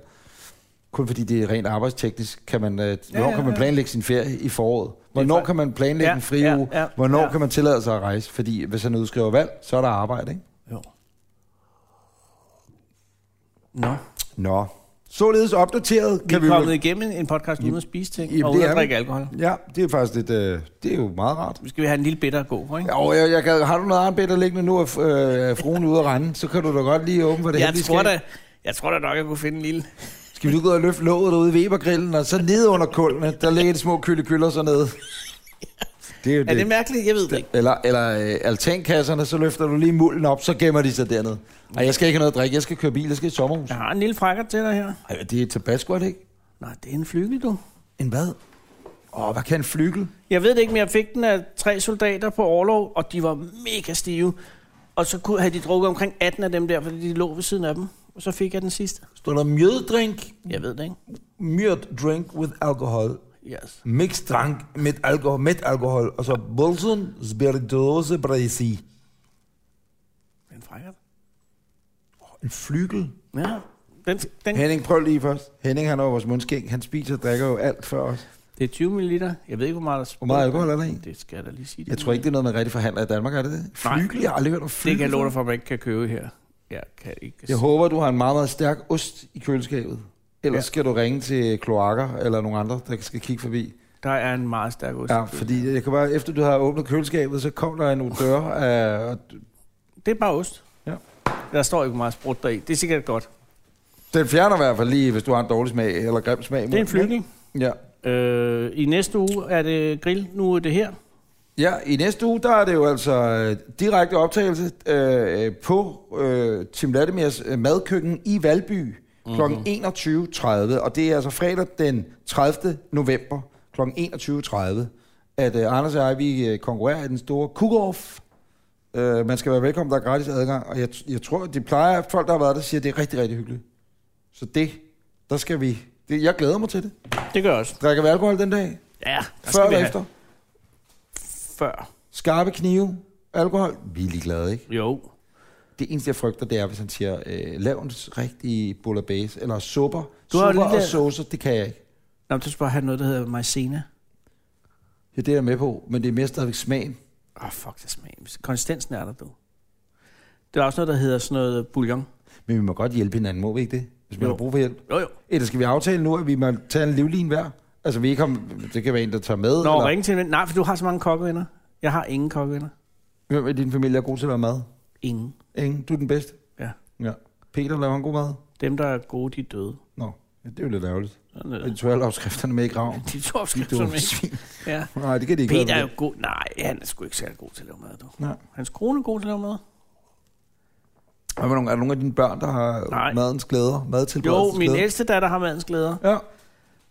Kun fordi det er rent arbejdsteknisk. Kan man, øh, hvornår
ja,
kan man
ja.
planlægge sin ferie i foråret? Hvornår
fa-
kan man planlægge
Ja,
en fri uge?
ja, ja,
hvornår
ja.
kan man tillade sig at rejse? Fordi hvis han udskriver valg, så er der arbejde, ikke?
Jo. Nå,
Nå. Således opdateret
vi
kan
er
vi...
kommet igennem en podcast uden at spise ting
Jamen,
og
det
uden
er
at
vi.
drikke alkohol.
Ja, det er faktisk lidt... Øh, det er jo meget rart.
Nu skal vi have en lille bitter at gå for, ikke?
Ja, Og jeg, jeg, kan- har du noget armbænd der liggende nu, og øh, fruen er ude at rende, så kan du da godt lige åbne for det
jeg,
heldige
tror
skab.
da, jeg tror da nok, jeg kunne finde en lille...
Skal vi lige gå ud og løfte låget derude i Webergrillen, og så ned under kulene, der ligger de små køllekylder så nede. Det er jo
Er det
det.
mærkeligt? Jeg ved det ikke.
Eller, eller øh, altankasserne, så løfter du lige mulden op, så gemmer de sig dernede. Ej, jeg skal ikke have noget at drikke, jeg skal køre bil, jeg skal i sommerhus.
Jeg har en lille frakker til dig her.
Ej, det er tabasco, er det ikke?
Nej, det er en flygel, du.
En hvad? Åh, hvad kan en flygel?
Jeg ved det ikke, men jeg fik den af tre soldater på overlov, og de var mega stive. Og så kunne, havde de drukket omkring 18 af dem der, fordi de lå ved siden af dem. Og så fik jeg den sidste.
Står der mjøddrink?
Jeg ved det ikke.
Mjød drink with alcohol.
Yes.
Mixed drink med alkohol, med alkohol. Og så Bolson Spirituose Brasil.
Den frækker.
En flygel.
Ja. Den, den,
Henning, prøv lige først. Henning, han er jo vores mundskæg. Han spiser og drikker jo alt for os.
det er 20 ml. Jeg ved ikke, hvor meget der er
Hvor meget alkohol er der i?
Det skal jeg da lige sige.
Jeg tror ikke, det er noget, man rigtig forhandler i Danmark, er det det?
Nej.
Flygel? Jeg har aldrig hørt om flygel.
det kan jeg love dig for, at man ikke kan købe her. Jeg kan ikke
Jeg håber, du har en meget, meget stærk ost i køleskabet. Ellers
Ja.
ja. skal du ringe til kloakker eller nogle andre, der skal kigge forbi.
Der er en meget stærk ost.
Ja, fordi jeg kan bare, efter du har åbnet køleskabet, så kom der en odør af... og
Det er bare ost.
Ja.
Der står ikke meget sprudt deri. Det er sikkert godt.
Den fjerner i hvert fald lige, hvis du har en dårlig smag eller grim smag. i
Det er en
munden, ikke?
flygtning.
Ja.
Øh, I næste uge er det grill. Nu er det her.
Ja, i næste uge, der er det jo altså øh, direkte optagelse øh, på øh, Tim Latimers øh, madkøkken i Valby kl.
Mhm.
21.30. Og det er altså fredag den 30. november kl. 21.30, at øh, Anders og jeg, vi øh, konkurrerer i den store cook-off. Øh, man skal være velkommen, der er gratis adgang. Og jeg, jeg tror, de plejer, folk, der har været der, siger, at det er rigtig, rigtig hyggeligt. Så det, der skal vi... Det, jeg glæder mig til det.
Det gør jeg også.
Drikker vi alkohol den dag?
Ja,
Før
der skal vi
eller
have-
efter?
Før.
Skarpe knive, alkohol, vi er ligeglade, ikke?
Jo.
Det eneste, jeg frygter, det er, hvis han siger, øh, lav en rigtig bouillabaisse, eller supper.
Du
Du supper
har jo lige
og
der-
saucer, det kan jeg ikke.
Nå, men du skal bare have noget, der hedder maizena.
Ja, det er jeg med på, men det er mere stadigvæk smagen.
Åh, oh, fuck, det smager. Konsistensen er der, du. Der er også noget, der hedder sådan noget bouillon.
Men vi må godt hjælpe hinanden, må vi ikke det? Hvis man
Jo.
har brug for hjælp.
Jo, jo.
Eller skal vi aftale nu, at vi må tage en livlin hver? Altså, vi ikke har, det kan være en, der tager med.
Nå,
eller,
ringe til en ven. Nej, for du har så mange kokkevenner. Jeg har ingen kokkevenner.
Hvem i din familie er god til at lave mad?
Ingen.
Ingen? Du er den bedste?
Ja.
Ja. Peter laver en god mad?
Dem, der er gode, de er døde.
Nå, ja, det er jo lidt ærgerligt.
Sådan er
Og de
det.
tog alle opskrifterne med i graven.
De to
De
opskrifter, som
dumme
ikke.
svin.
Ja.
Nej, det kan de ikke
Peter er
være
jo
med.
god. Nej, han er sgu ikke særlig god til at lave mad, du.
Nej.
Hans kone er god til at lave mad.
Er, der nogen, er der nogen af dine børn, der har
Nej.
Nej. madens glæder? Madtilbredelsens
Jo, min
glæder?
ældste datter har madens glæder.
Ja.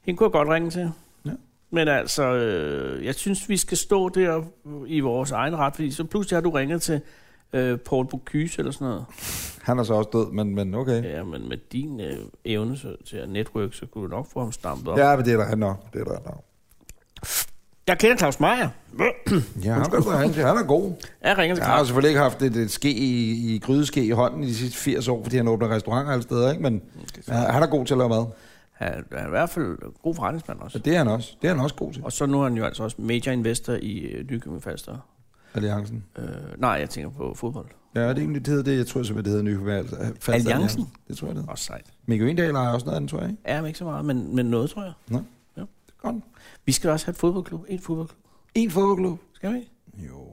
Hende kunne jeg godt ringe til.
Ja.
Men altså, øh, jeg synes, vi skal stå der i vores egen ret, fordi så pludselig har du ringet til øh, Paul Bocuse eller sådan noget.
Han er så også død, men, men okay.
Ja, men med din øh, evne så, til at network, så kunne du nok få ham stampet op. Ja.
Ja, men det er der han nok. Det er der han nok.
Jeg kender Claus Meier.
Ja, han er, han, han er god.
Jeg ringer til
Jeg
Claus.
har selvfølgelig ikke haft et, et ske i, i grydeske i hånden i de sidste 80 år, fordi han åbner restauranter alle steder, ikke? men ja, han er god til at lave mad.
Han, han er i hvert fald god forretningsmand også.
Og det er han også. Det er han også god til,
Og så nu er han jo altså også major investor i øh, Nykøbing Falster.
Alliancen.
Øh, nej, jeg tænker på fodbold.
Ja, er det egentlig, det hedder det? Jeg tror simpelthen, det hedder Nye Forvalg- øh, Fast
Alliancen?
Det tror jeg, det hedder.
Også sejt.
Mikke Øendal har også noget af den, tror jeg, ikke?
Ja, men ikke så meget, men, men noget, tror jeg.
Det er godt.
Vi skal også have et fodboldklub. En fodboldklub.
En fodboldklub.
Skal vi ikke?
Jo,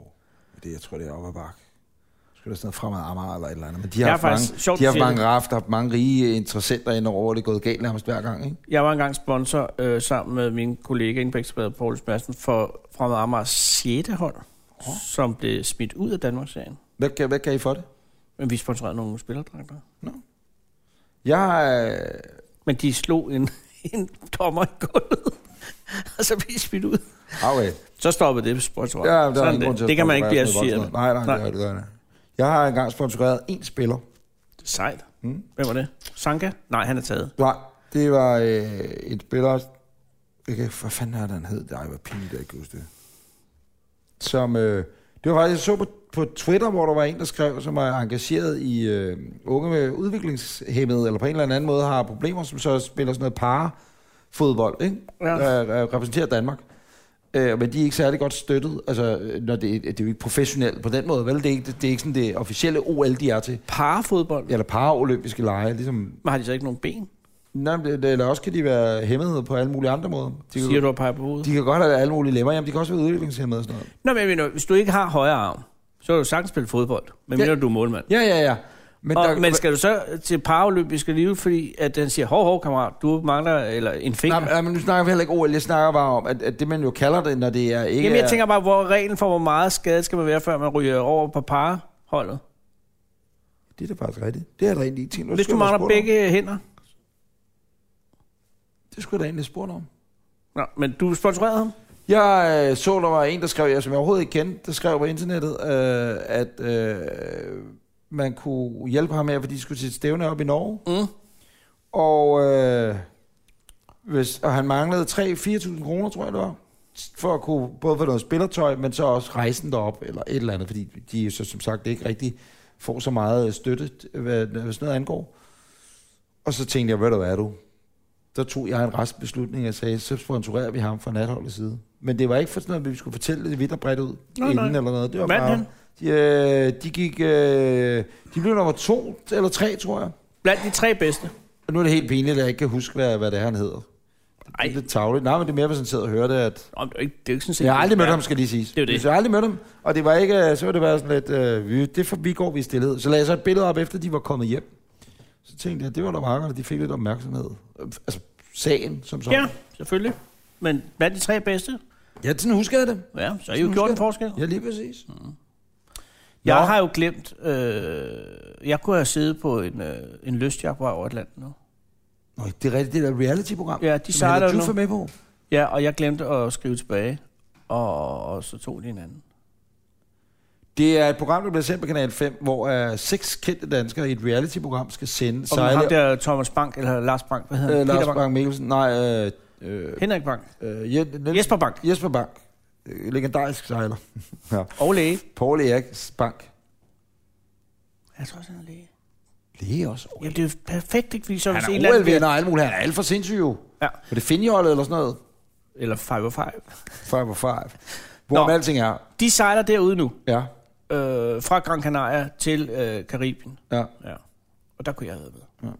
det jeg tror, det er op ad bakke. Skal der sådan noget fremad Amager eller et eller andet. Men de
Jeg
har
er
haft
faktisk-
mange,
sjovt,
de
du
har haft
siger
mange raft, haft mange rige interessenter ind over, og det er gået galt nærmest hver gang, ikke?
Jeg var engang sponsor øh, sammen med min kollega inde på Ekstrabladet, Poul Madsen, for Fremad Amagers 6. hold, oh. som blev smidt ud af Danmarksserien.
Hvad, kan- hvad kan I for det?
Men vi sponsorerede nogle spillerdragter.
Jeg, øh,
Men de slog en, en dommer i gulvet, og så blev de smidt ud.
okay.
Så stoppede det sponsorat.
Ja, der er
Sådan
ingen grund til
det.
at
det kan man ikke blive
sponsorere sådan
associeret med.
noget voldsomt. Nej, nej,
Nej.
nej. Det, gør det. Jeg har engang sponsoreret en spiller.
Det er Sejt. Hmm?
Mm.
Hvem var det? Sanka? Nej, han er taget.
Nej, det var øh, en spiller... Jeg kan, hvad fanden er det, han hed? Ej, hvor pinligt, jeg ikke kan huske det. Som... Øh, det var faktisk, jeg så på, på Twitter, hvor der var en, der skrev, som er engageret i øh, unge med udviklingshemmede, eller på en eller anden måde har problemer, som så spiller sådan noget parafodbold, ikke?
Ja.
der, der repræsenterer Danmark. Øh, men de er ikke særlig godt støttet. Altså, øh, når det, det er jo ikke professionelt på den måde, vel? Det er ikke, det, det er ikke sådan det officielle OL, de er til.
Parafodbold? Ja.
Eller paraolympiske lege, ligesom...
Men har de så ikke nogen ben?
Nej, men det- det- eller også kan de være hæmmede på alle mulige andre måder. De
Siger
kan,
du at pege på hovedet?
de kan godt have alle mulige lemmer. Jamen, de kan også være udviklingshæmmede og sådan noget.
Nå, men jeg mener, hvis du ikke har højre arm, så er du sagtens spille fodbold. Men
Ja.
mener du er målmand?
Ja, ja, ja.
Men, og, men skal du så til paralympiske liv, fordi at den siger, hov, hov, kammerat, du mangler eller en finger?
Nej,
Nej,
men- nej, men nu snakker vi heller ikke OL. Jeg snakker bare om, at, at det, man jo kalder det, når det er ikke
Jamen, jeg
er-
tænker bare, hvor reglen for, hvor meget skade skal man være, før man ryger over på parholdet?
Det er da faktisk rigtigt. Det er der egentlig ikke ting.
Hvis du mangler begge hænder?
Det skulle jeg da egentlig spurgt om.
Nå, men du sponsorerede ham?
Jeg øh, så, der var en, der skrev, jeg, som jeg overhovedet ikke kendte, der skrev på internettet, øh, at øh, man kunne hjælpe ham her, fordi de skulle til et stævne op i Norge.
Mm.
Og, øh, hvis, og han manglede 3-4.000 kroner, tror jeg det var, for at kunne både få noget spillertøj, men så også rejsen derop, eller et eller andet, fordi de jo så som sagt ikke rigtig får så meget øh, støtte, hvad, hvad sådan noget angår. Og så tænkte jeg, ved du hvad er du? Der tog jeg en restbeslutning og sagde, så sponsorerer vi ham fra natholdets side. Men det var ikke for sådan noget, at vi skulle fortælle det vidt og bredt ud,
Nej,
inden
nej.
eller noget. Det var
Vandt
bare,
han?
de, øh, de, gik, øh, de blev nummer to eller tre, tror jeg.
Blandt de tre bedste.
Og nu er det helt pinligt, at jeg ikke kan huske, hvad, hvad det er, han hedder.
Ej.
Det er lidt tavligt. Nej, men det er mere, hvis han sidder og hører det, at...
Nå, men det er jo ikke, det er jo ikke sådan set...
Jeg har aldrig mødt ham, skal lige siges.
Det er jo det.
Hvis jeg aldrig mødte ham, og det var ikke, øh, så ville det være sådan lidt, øh, vi- det for, vi går vi i stillhed. Så lagde jeg så et billede op, efter de var kommet hjem. Så tænkte jeg, det var da makkerne, de fik lidt opmærksomhed. Øh, Altså, sagen, som sådan.
Ja, selvfølgelig. Men blandt de tre bedste?
ja sådan husker jeg det.
Ja, så har I jo gjort en forskel.
Ja, lige præcis.
Mm. Jeg
Nå.
har jo glemt... Øh, jeg kunne have siddet på en, øh, en lystjakke over Atlanten nu.
Nå, det er rigtigt, det der reality-program.
Ja, de
som Hella
sejler jo
Juf er
nu.
med på.
Ja, og jeg glemte at skrive tilbage. Og, og så tog de en anden.
Det er et program, der bliver sendt på Kanal 5, hvor uh, seks kendte danskere i et reality-program skal sende,
Og med ham
sejle
der Thomas Bank, eller Lars Bank, hvad hedder han?
Øh, Lars
Peter Bank.
Bang Mikkelsen. Nej, øh, øh,
Henrik Bank.
øh, Je- Niels-
Jesper Bank.
Jesper Bank. Øh, Legendarisk sejler. ja.
Og læge.
Paul Erik Bank.
Jeg tror også, han er læge.
Det er også
Jamen, det er jo perfekt, ikke? Fordi så hvis en
Han
eller
er
anden...
OL-vinder og alt muligt. Han er alt for sindssyg jo.
Ja.
Er det Finjollet eller sådan noget?
Eller 5 og 5.
Five for five.
Nå.
Hvor alting er.
De sejler derude nu.
Ja,
Øh, fra Gran Canaria til øh, Karibien.
ja.
Ja. Og der kunne jeg have været med.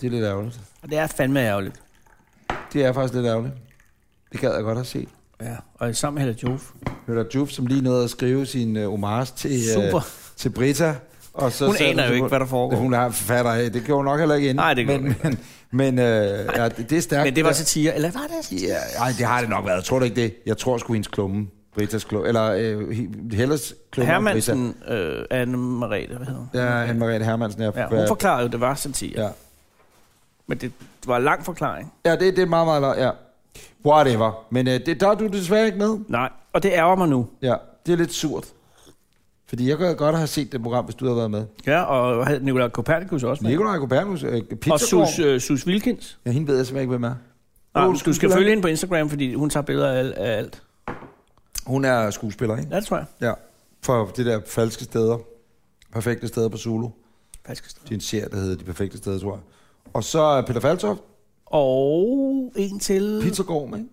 Det er lidt ærgerligt.
Og det er fandme ærgerligt.
Det er faktisk lidt ærgerligt. Det gad jeg godt have set.
Ja. Og sammen med Hella Jove.
Hørte der Juf, som lige nåede at skrive sin uh, homage til,
Super.
uh, til Brita. Og så
Hun
sad
aner jo
så-
ikke, hvad der foregår.
Hun har fatter af. Det gjorde hun nok heller ikke inden.
Nej, det gjorde
men, men, men, øh, ja, det, det er stærkt.
Men det var satire. Eller var det satire?
Ja, ej, det har det nok været. Tror du ikke det? Jeg tror sgu hendes klumme. Britas klumme. Eller øh, he- Hellas klumme. om Brita.
Hermansen, øh, Anne-Marie, hvad hedder hun?
Ja, Anne-Marie Hermansen. Ja,
Ja, hun forklarede jo, det var satire.
ja.
Men det var en lang forklaring.
ja det, det er meget, meget... lang- Ja. Whatever. Men øh, det, der er du desværre ikke med.
Nej, og det ærger mig nu.
Ja, det er lidt surt. Fordi jeg kunne godt have set det program, hvis du havde været med.
Ja, og havde Nicolai Kopernikus også med.
Nikolaj Kopernikus, øh,
Og
Pizzagård.
Sus, øh, Sus Wilkins.
Ja, hende ved jeg simpelthen ikke, hvem er.
Nej,
Hun er
du skal
skuespiller.
følge hende på Instagram, fordi hun tager billeder af, al- af alt.
Hun er skuespiller, ikke?
Ja, det tror jeg.
Ja. For det der falske steder. Perfekte steder på Zulu.
Falske steder.
Det er en serie, der hedder De Perfekte Steder, tror jeg. Og så er Peter Faltoft,
Og en til...
Pizza Gorm,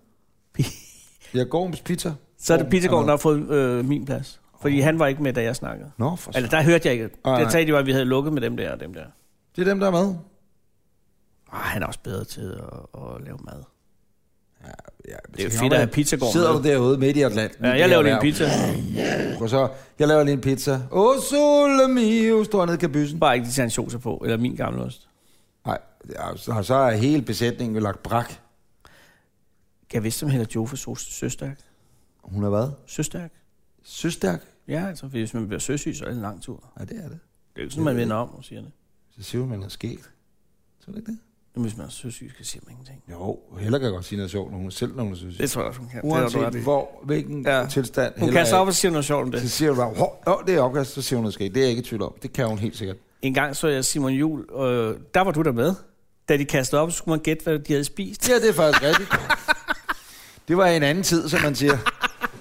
ikke? Jeg går med pizza.
Så er det
Gorm
Pizzagården, der
er
har fået øh, min plads. Fordi han var ikke med, da jeg snakkede.
med. Nå, for
Altså,
altså,
der hørte jeg ikke.
nej.
Der sagde de var, at vi havde lukket med dem der og dem der.
Det er dem, der er med.
Ah, han er også bedre til at, at lave mad.
Ja,
Det er jo fedt at have Pizzagården
Sidder
med.
du derude midt i Atlanten?
Ja, jeg laver lige en pizza.
Og så, jeg laver lige en pizza. Åh, sole mio, står nede i kabysen.
Bare ikke de tanchoser på, eller min gamle ost.
Nej, ja, så, så er hele besætningen jo lagt brak.
Jeg vidste, som hedder Joe for so- søstærk.
Hun har været
Søstærk?
søstærk.
Ja, altså, fordi hvis man bliver søsyg, så er det en lang tur. Det
Ja, det er det.
er jo ikke sådan, man vender om og siger det.
Så siger hun, man er skægt. Så er det ikke det?
Men hvis man er søsyg, så siger man ingenting.
Jo, Heller kan godt sige noget sjovt, når hun selv, når hun synes.
Det tror jeg også, hun kan. Det har du ret i.
Uanset hvor, hvilken
Ja.
ja. tilstand
Hun
Hella
kaster
er
op og siger noget sjovt om
i, Så
det.
siger hun bare, "Hov, åh, det er opkast, så siger hun noget skægt. Det er jeg ikke i tvivl om. Det kan hun helt sikkert.
En gang så jeg Simon Jul, øh, der var du der med. Da de kastede op, så skulle man gætte, hvad de havde spist.
Ja, det er faktisk rigtigt. Det var en anden tid, som man siger.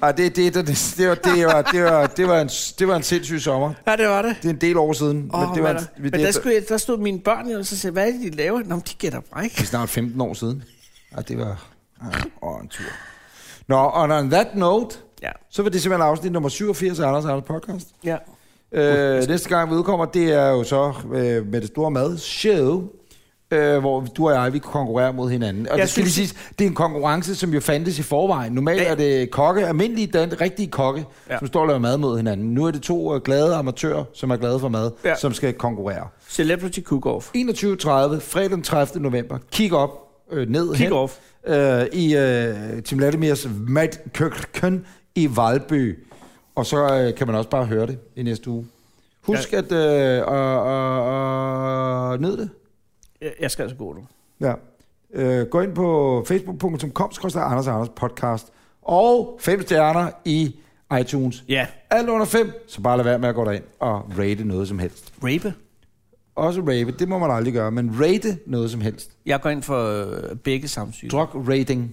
Ej, det, det, det, det, det, var, det, var, det, var, det, var en, det var en sindssyg sommer.
Ja, det var det.
Det er en del år siden.
Åh, oh,
det var en,
men, men der, skulle jeg, der stod mine børn jo, og så sagde, hvad er det, de laver? Nå, men de gætter bræk.
Det er snart 15 år siden. Og det var ja, åh, en tur. Nå, og on that note,
Ja.
så vil det simpelthen afsnit nummer 87 af Anders Anders podcast.
ja.
Øh, næste gang vi udkommer, det er jo så øh, med det store mad show. Øh, hvor du og jeg, vi konkurrerer mod hinanden. Og
Jeg
jeg det skal
synes-
lige siges, det er en konkurrence, som jo fandtes i forvejen. Normalt
Ja.
er det kokke, almindelige dan, rigtige kokke,
Ja.
ja. som står og laver mad mod hinanden. Nu er det to øh, glade amatører, som er glade for mad,
Ja.
ja. som skal konkurrere.
Celebrity cook-off.
21.30, fredag den 30. november. Kig op, øh, ned hen,
Kick-off.
øh, i øh, Tim Latimers Mad Køkken i Valby. Og så øh, kan man også bare høre det i næste uge. Husk at øh, og, og, og, nyde det.
Jeg- Jeg skal altså gå nu.
Ja. Øh, gå ind på facebook.com, Anders Anders podcast. Og fem stjerner i iTunes.
Ja.
Alt under fem, så bare lad være med at gå derind og rate noget som helst.
Rape.
Også rave, det må man aldrig gøre, men rate noget som helst.
Jeg går ind for øh, begge samsyge.
Drug rating.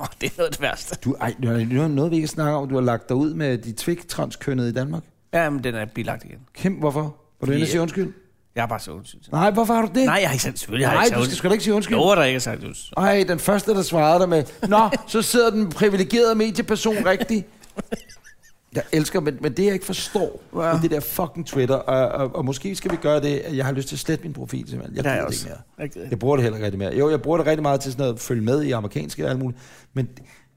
Åh, det er noget af det værste.
Du, ej, det er noget- noget, vi ikke snakker om. Du har lagt dig ud med de tvik-transkønnede i Danmark.
Ja, men den er bilagt igen.
Kæmpe, hvorfor? Var du inde og sige undskyld?
Jeg har bare så undskyld til.
Nej, hvorfor har du det?
Nej, jeg har ikke sagt selvfølgelig. Jeg har
Nej
ikke sagt
du skal sgu da ikke sige undskyld.
Lover, der ikke har sagt undskyld.
Ej, den første, der svarede dig med, Nå, så sidder den privilegerede medieperson rigtig. Jeg elsker, men, men det jeg ikke forstår
Wow.
wow. med det der fucking Twitter, og, og, og, måske skal vi gøre det, at jeg har lyst til at slette min profil simpelthen. Jeg
Det har
gider
jeg
det ikke
også.
mere.
Jeg gider
Jeg bruger det heller ikke rigtig mere. Jo, jeg bruger det rigtig meget til sådan noget at følge med i amerikanske og alt muligt. Men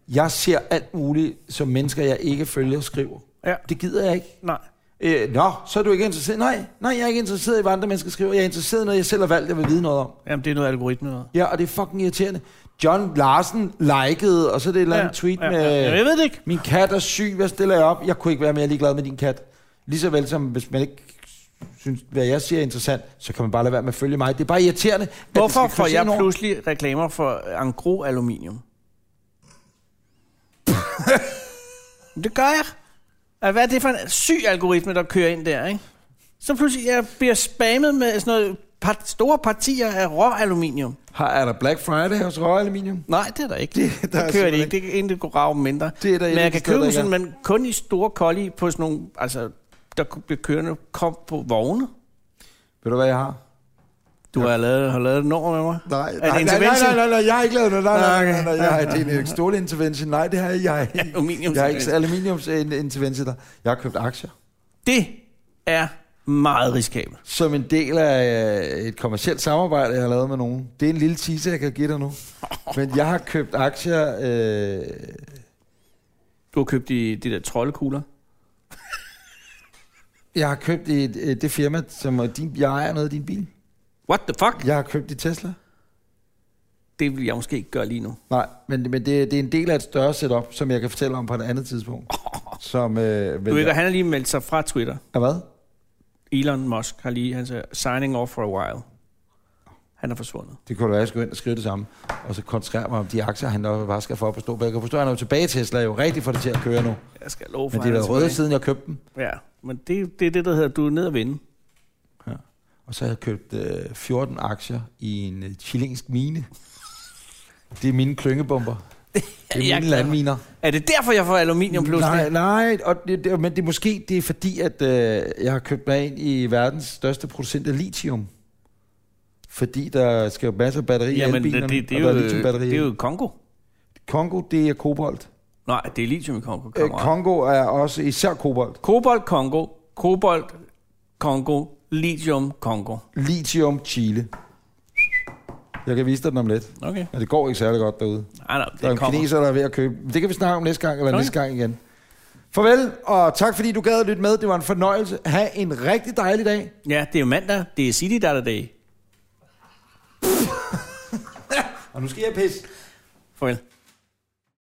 jeg ser alt muligt som mennesker, jeg ikke følger og skriver.
Ja.
Det gider jeg ikke.
ikke. Nej.
Øh, nå, så er du ikke interesseret. Nej, nej, jeg er ikke interesseret i, hvad andre mennesker skriver. Jeg er interesseret i noget, jeg selv har valgt, jeg vil vide noget om.
Jamen, det er noget algoritme noget.
Ja, og det er fucking irriterende. John Larsen likede, og så er det et eller andet tweet med...
Jeg ved det ikke.
Min kat er syg, hvad stiller jeg op? Jeg kunne ikke være mere ligeglad med din kat. Lige så vel som, hvis man ikke synes, hvad jeg siger er interessant, så kan man bare lade være med at følge mig. Det er bare irriterende. at det
Hvorfor
skal
får
krydse
jeg
ind over-
pludselig reklamer for Angro Aluminium? det gør jeg. Altså, hvad er det for en syg algoritme, der kører ind der, ikke? Så pludselig jeg bliver spammet med sådan noget part, store partier af rå aluminium.
Har, er der Black Friday hos Røg Aluminium?
Nej, det er der ikke. Det,
der
der
er
det kører det
simpelthen
ikke. Det er en, det går rave mindre.
Det er der et
men
af
jeg
de
kan
steder,
købe
der
dem
ikke
sådan, men kun i store kolli på sådan nogle, altså, der kunne blive kørende kom på vogne.
Ved du, hvad jeg har?
Du har, lavet, har lavet et nummer med mig.
Nej,
det
nej, nej, nej,
intervention?
nej, nej, nej, jeg har ikke lavet noget. Nej, nej,
Nå,
nej,
okay.
nej, nej, jeg har, det er en stålintervention. Nej, det har jeg, jeg, har ikke.
Aluminium.
jeg har ikke aluminiumsintervention der. Jeg har købt aktier.
Det er meget risikabel.
Som en del af øh, et kommersielt samarbejde, jeg har lavet med nogen. Det er en lille tise, jeg kan give dig nu. Men jeg har købt aktier... Øh,
Du har købt de, de der troldekugler.
jeg har købt i et, øh, det firma, som er din, jeg ejer noget af din bil.
What the fuck?
Jeg har købt i Tesla.
Det vil jeg måske ikke gøre lige nu.
Nej, men, men det, det er en del af et større setup, som jeg kan fortælle om på et andet tidspunkt. Som, øh,
Du
vil
ved godt, han har lige meldt sig fra Twitter.
Ja, hvad?
Elon Musk har lige, han siger, signing off for a while. Han er forsvundet.
Det kunne da være, at jeg skulle ind og skrive det samme. Og så koncentrere mig om de aktier, han nok bare skal få op at stå. Men Jeg kan forstå, at han er jo tilbage i Tesla, er jo rigtig for det til at køre nu.
Jeg skal love for,
Men det er
han
været røde
tilbage.
siden, jeg købte dem.
Ja, men det, det er det, der hedder, du er ned og vinde.
Og så har jeg købt øh, 14 aktier i en øh, chilensk mine. Det er mine klyngebomber. Det er
Jeg
mine
er klar.
landminer.
Er det derfor, jeg får aluminium pludselig?
Nej, nej, og det, det, men det er måske det er fordi, at øh, jeg har købt mig ind i verdens største producent af lithium. Fordi der skal jo masser af batterier i
Jamen,
elbilerne,
det, det, det,
og
er
der er
jo, det er
lithiumbatterier.
jo Kongo.
Kongo, det er kobolt.
Nej, det er lithium i Kongo.
Øh,
kammerat.
Kongo er også især kobolt.
Kobolt Kongo, kobolt Kongo, lithium Kongo.
Lithium Chile. Jeg kan vise dig den om lidt.
Okay.
Men det går ikke særlig godt derude.
Nej, nej,
Der er
det
en
kommer.
kineser, der er ved at købe. Men Det kan vi snakke om næste gang, eller
Okay.
næste gang igen. Farvel, og tak fordi du gad at lytte med. Det var en fornøjelse. Ha' en rigtig dejlig dag.
Ja, det er jo mandag. Det er City Data Day.
Og nu skal jeg pisse.
Farvel.